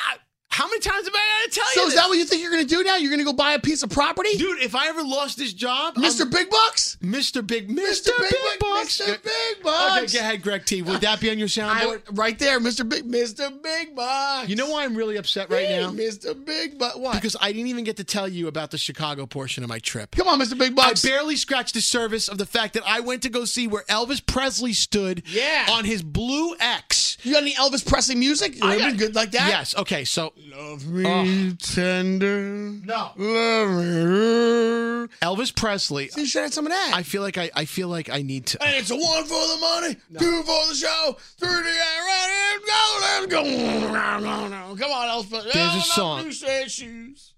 How many times have I got to tell you? So is this? that what you think you're going to do now? You're going to go buy a piece of property, Dude, if I ever lost this job, I'm- Mr. Big Bucks? Mr. Big, Mr. Big Bucks, Bucks. Mr. Big Okay, Bucks. go ahead, Greg T. Would that be on your I- soundboard? right there, Mr. Big, Mr. Big Bucks. You know why I'm really upset right Hey, now? Mr. Big Bucks. What? Because I didn't even get to tell you about the Chicago portion of my trip. Come on, Mr. Big I Bucks. barely scratched the surface of the fact that I went to go see where Elvis Presley stood Yeah. on his blue X. you got any Elvis Presley music? You I ever been got- good like that? Yes. Okay. So Love me tender. no, Love me. Elvis Presley. You should have some of that. I feel like I. I feel like I need to. and it's a one for the money, two for the show, three to get ready, go, let's go. No, no, no. Come on, Elvis. Presley. There's a Seven up song. Blue sad shoes.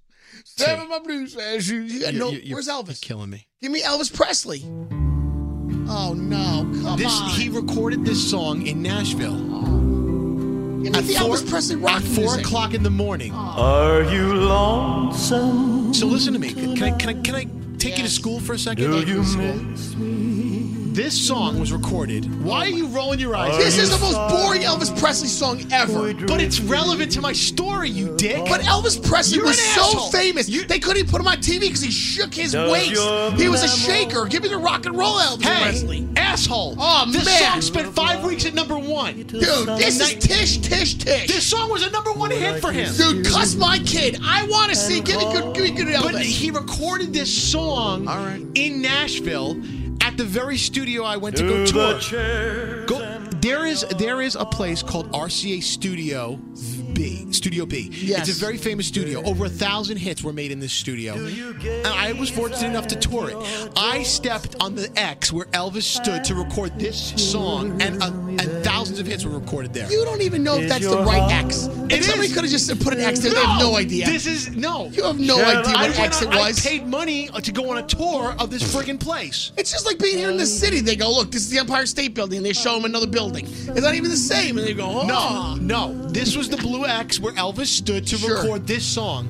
Seven my blue sad shoes. You got You- no. you- you- where's You're Elvis? killing me. Give me Elvis Presley. Oh no! Come This on. he recorded this song in Nashville Give me the four- Elvis Presley rock at four music. Oh. o'clock in the morning. Are you lonesome? So listen to me. Can I can I can I take you to school for a second? Do you miss? This song was recorded. Why are you rolling your eyes? This is the most boring Elvis Presley song ever. But it's relevant to my story, you dick. But Elvis Presley You're was an so asshole. famous, they couldn't even put him on TV because he shook his Does waist. your He was a memo- shaker. Give me the rock and roll Elvis hey, Presley. asshole. Oh, this man. song spent five weeks at number one. Dude, this is Night- Tish, Tish, Tish. This song was a number one hit for him. Dude, cuss my kid. I want to see. Give me good, give me good Elvis. But he recorded this song All right. in Nashville at the very studio I went to go To the tour. Go, there is there is a place called RCA Studio B, Studio B. Yes. It's a very famous studio. Over a thousand hits were made in this studio, and I was fortunate enough to tour it. I stepped on the X where Elvis stood to record this song, and uh, and thousands of hits were recorded there. You don't even know if that's the right X. Like It somebody is. could have just put an X there. They have no idea. This is no. You have no idea I what went X it on- I was. paid money uh, to go on a tour of this friggin' [LAUGHS] place. It's just like being here in the city. They go, look, this is the Empire State Building. They show them another building. It's not even the same. And they go, oh. No, no. This was the blue X where Elvis stood to Sure. record this song.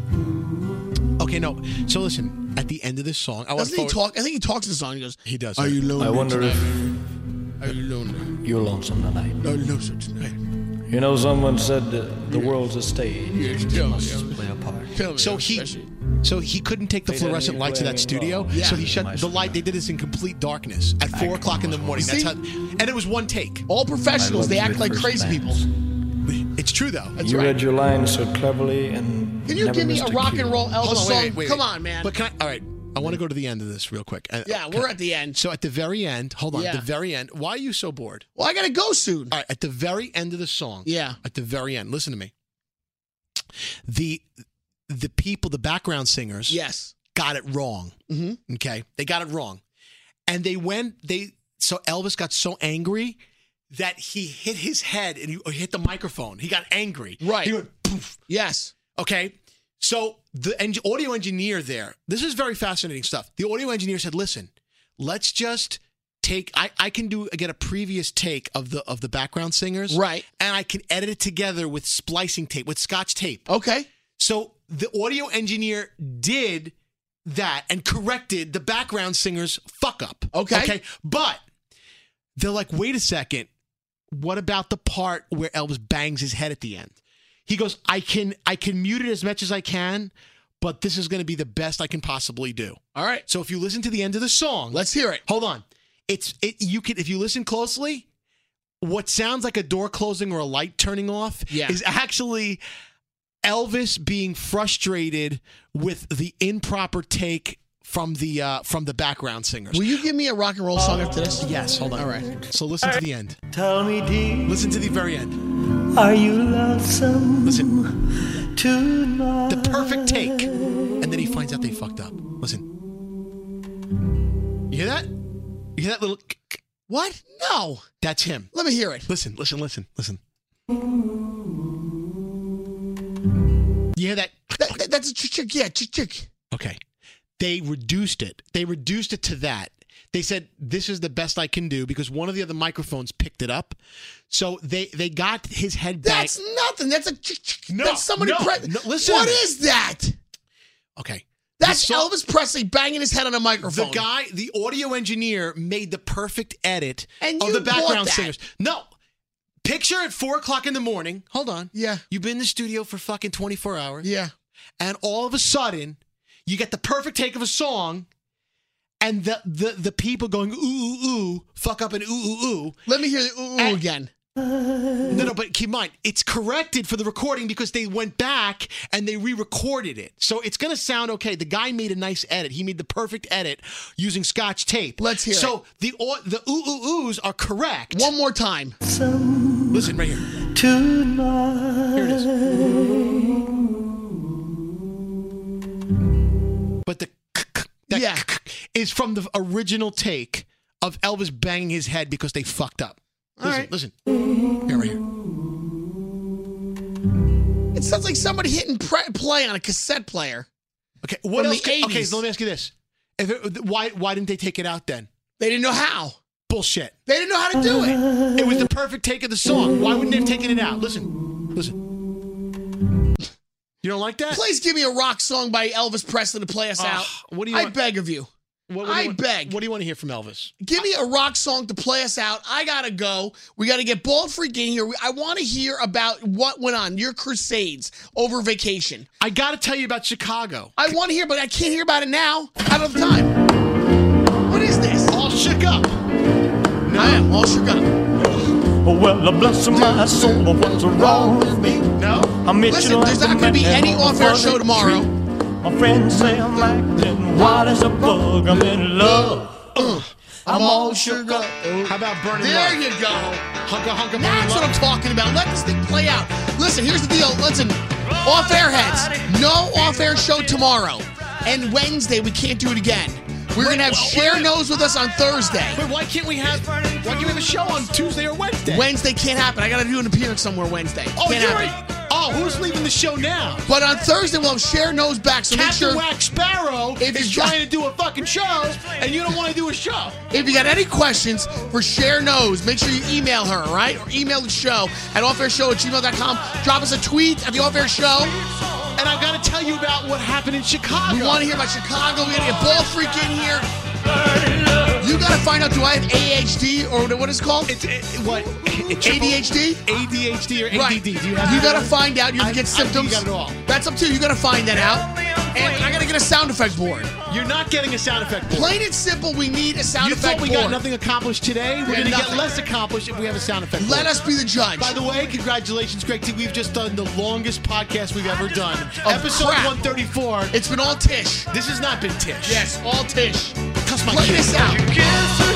Okay, no. So listen, at the end of this song, I want Doesn't he to talk? I think he talks in the song. He goes, He does. Are you lonely? I wonder tonight? if Are you lonely? you're lonesome tonight. Are you lonely tonight? You know, someone said that the world's a stage. Yes, and tell you me, must Elvis. play a part. Tell me, So he, especially- so he couldn't take the They didn't fluorescent need lights of glare that at studio. all. So he Yeah. shut the light. They did this in complete darkness at four o'clock in the morning. That's how, and it was one take. All professionals, they act like crazy people. It's true though. That's You right. read your lines so cleverly and Can you never give me a missed rock cue. and roll Elvis Hold on, wait, song? wait, wait, Come wait. on, man. But can I, all right, I want to go to the end of this real quick. Uh, yeah, can we're I- at the end. So at the very end, hold on, at Yeah. the very end, why are you so bored? Well, I gotta go soon. All right, at the very end of the song, Yeah. at the very end, listen to me. The the people, the background singers, Yes. got it wrong. Mm-hmm. Okay, they got it wrong, and they went they so Elvis got so angry that he hit his head and he or hit the microphone. He got angry. Right. He went poof. Yes. Okay. So the en- audio engineer there, this is very fascinating stuff. The audio engineer said, "Listen, let's just take. I, I can do get a previous take of the of the background singers, Right. And I can edit it together with splicing tape, with Scotch tape. Okay. So the audio engineer did that and corrected the background singer's fuck up. Okay. Okay. But they're like, wait a second. What about the part where Elvis bangs his head at the end? He goes, I can I can mute it as much as I can, but this is gonna be the best I can possibly do. All right. So if you listen to the end of the song, Let's hear it. hold on. It's it you can if you listen closely, what sounds like a door closing or a light turning off Yeah. is actually Elvis being frustrated with the improper take from the uh, from the background singers. Will you give me a rock and roll song after this? yes, hold on. All right. So listen to the end. Tell me, dear, Listen to the very end. are you lonesome Listen, tonight? the perfect take, and then he finds out they fucked up. Listen, you hear that? You hear that little? k- k- What? No. That's him. Let me hear it. Listen, listen, listen, listen. You hear that? That, that- that's a chick, chick, yeah, chick, chick. Okay. They reduced it. They reduced it to that. They said this is the best I can do because one of the other microphones picked it up. So they they got his head back. That's nothing. That's a chick, chick. No, That's somebody. no, pre- no, listen What to me. is that? okay. That's The song- Elvis Presley banging his head on a microphone. The guy, the audio engineer, made the perfect edit And of you the bought background that. singers. No. Picture at four o'clock in the morning. Hold on. Yeah. You've been in the studio for fucking 24 hours. Yeah. and all of a sudden you get the perfect take of a song and the the, the people going ooh ooh ooh fuck up and ooh ooh ooh Let me hear the ooh, ooh And- again. no no but keep in mind it's corrected for the recording because they went back and they re-recorded it so it's going to sound okay the guy made a nice edit he made the perfect edit using scotch tape Let's hear so the au- the ooh ooh oohs are correct One more time. listen right here Tonight. here it is but the k- k- that Yeah. k- k- is from the original take of Elvis banging his head because they fucked up. All listen, right. listen. Here, right here. It sounds like somebody hitting pre- play on a cassette player. Okay, what From else? the ca- okay, 80s. so let me ask you this: if it, why why didn't they take it out then? They didn't know how. Bullshit. They didn't know how to [LAUGHS] do it. It was the perfect take of the song. Why wouldn't they have taken it out? Listen, listen. You don't like that? Please give me a rock song by Elvis Presley to play us Ah, out. what do you I want- beg of you. What- what do you I want- beg. What do you want to hear from Elvis? Give me a rock song to play us out. I gotta go. We gotta get Bald Freak in here. We- I want to hear about what went on your crusades over vacation. I got to tell you about Chicago. I want to hear, but I can't hear about it now. Out of time. What is this? All shook up. I am all shook up. Oh, well, bless my soul, but what's wrong with me? No. I'm itching Listen, like there's not gonna be any off-air show tomorrow. My friends say I'm acting wild as a bug. I'm in love. I'm all shook up. How about burning There love? you go. Hunka hunka. That's what I'm talking about. Let this thing play out. Listen, here's the deal. Listen, off air heads. No off air show tomorrow. And Wednesday, we can't do it again. We're going to have Share Knows with us on Thursday. Wait, why can't we have? Why can't we have a show on Tuesday or Wednesday? Wednesday can't happen. I got to do an appearance somewhere Wednesday. Oh, can't you're happen. right. Oh, who's leaving the show now? But on Thursday, we'll have Share Knows back, so make Captain sure. Wax Sparrow If is you- trying to do a fucking show, and you don't want to do a show. If you got any questions for Share Knows, make sure you email her, all right? Or email the show at offairshow at gmail.com. Drop us a tweet at the Off Air Show. And I've got to tell you about what happened in Chicago. We want to hear about Chicago. We got to get Ball Freak in here. You got to find out do I have ADHD or what it's called? It's it, what? ADHD? ADHD or ADD? Right. Do you You have? got to find out. You have to I- get I think symptoms. You got it all. That's up to you. You got to find that out. And I got to get a sound effect board. You're not getting a sound effect. board. Plain and simple, we need a sound you effect thought we board. got nothing accomplished today? We're Yeah, going to get nothing. less accomplished if we have a sound effect. Let board. us be the judge. By the way, congratulations, Greg T. We've just done the longest podcast we've ever done. Of Episode crap. 134. It's been all Tish. This has not been Tish. Yes, all Tish. Cuss my Play kid. this out.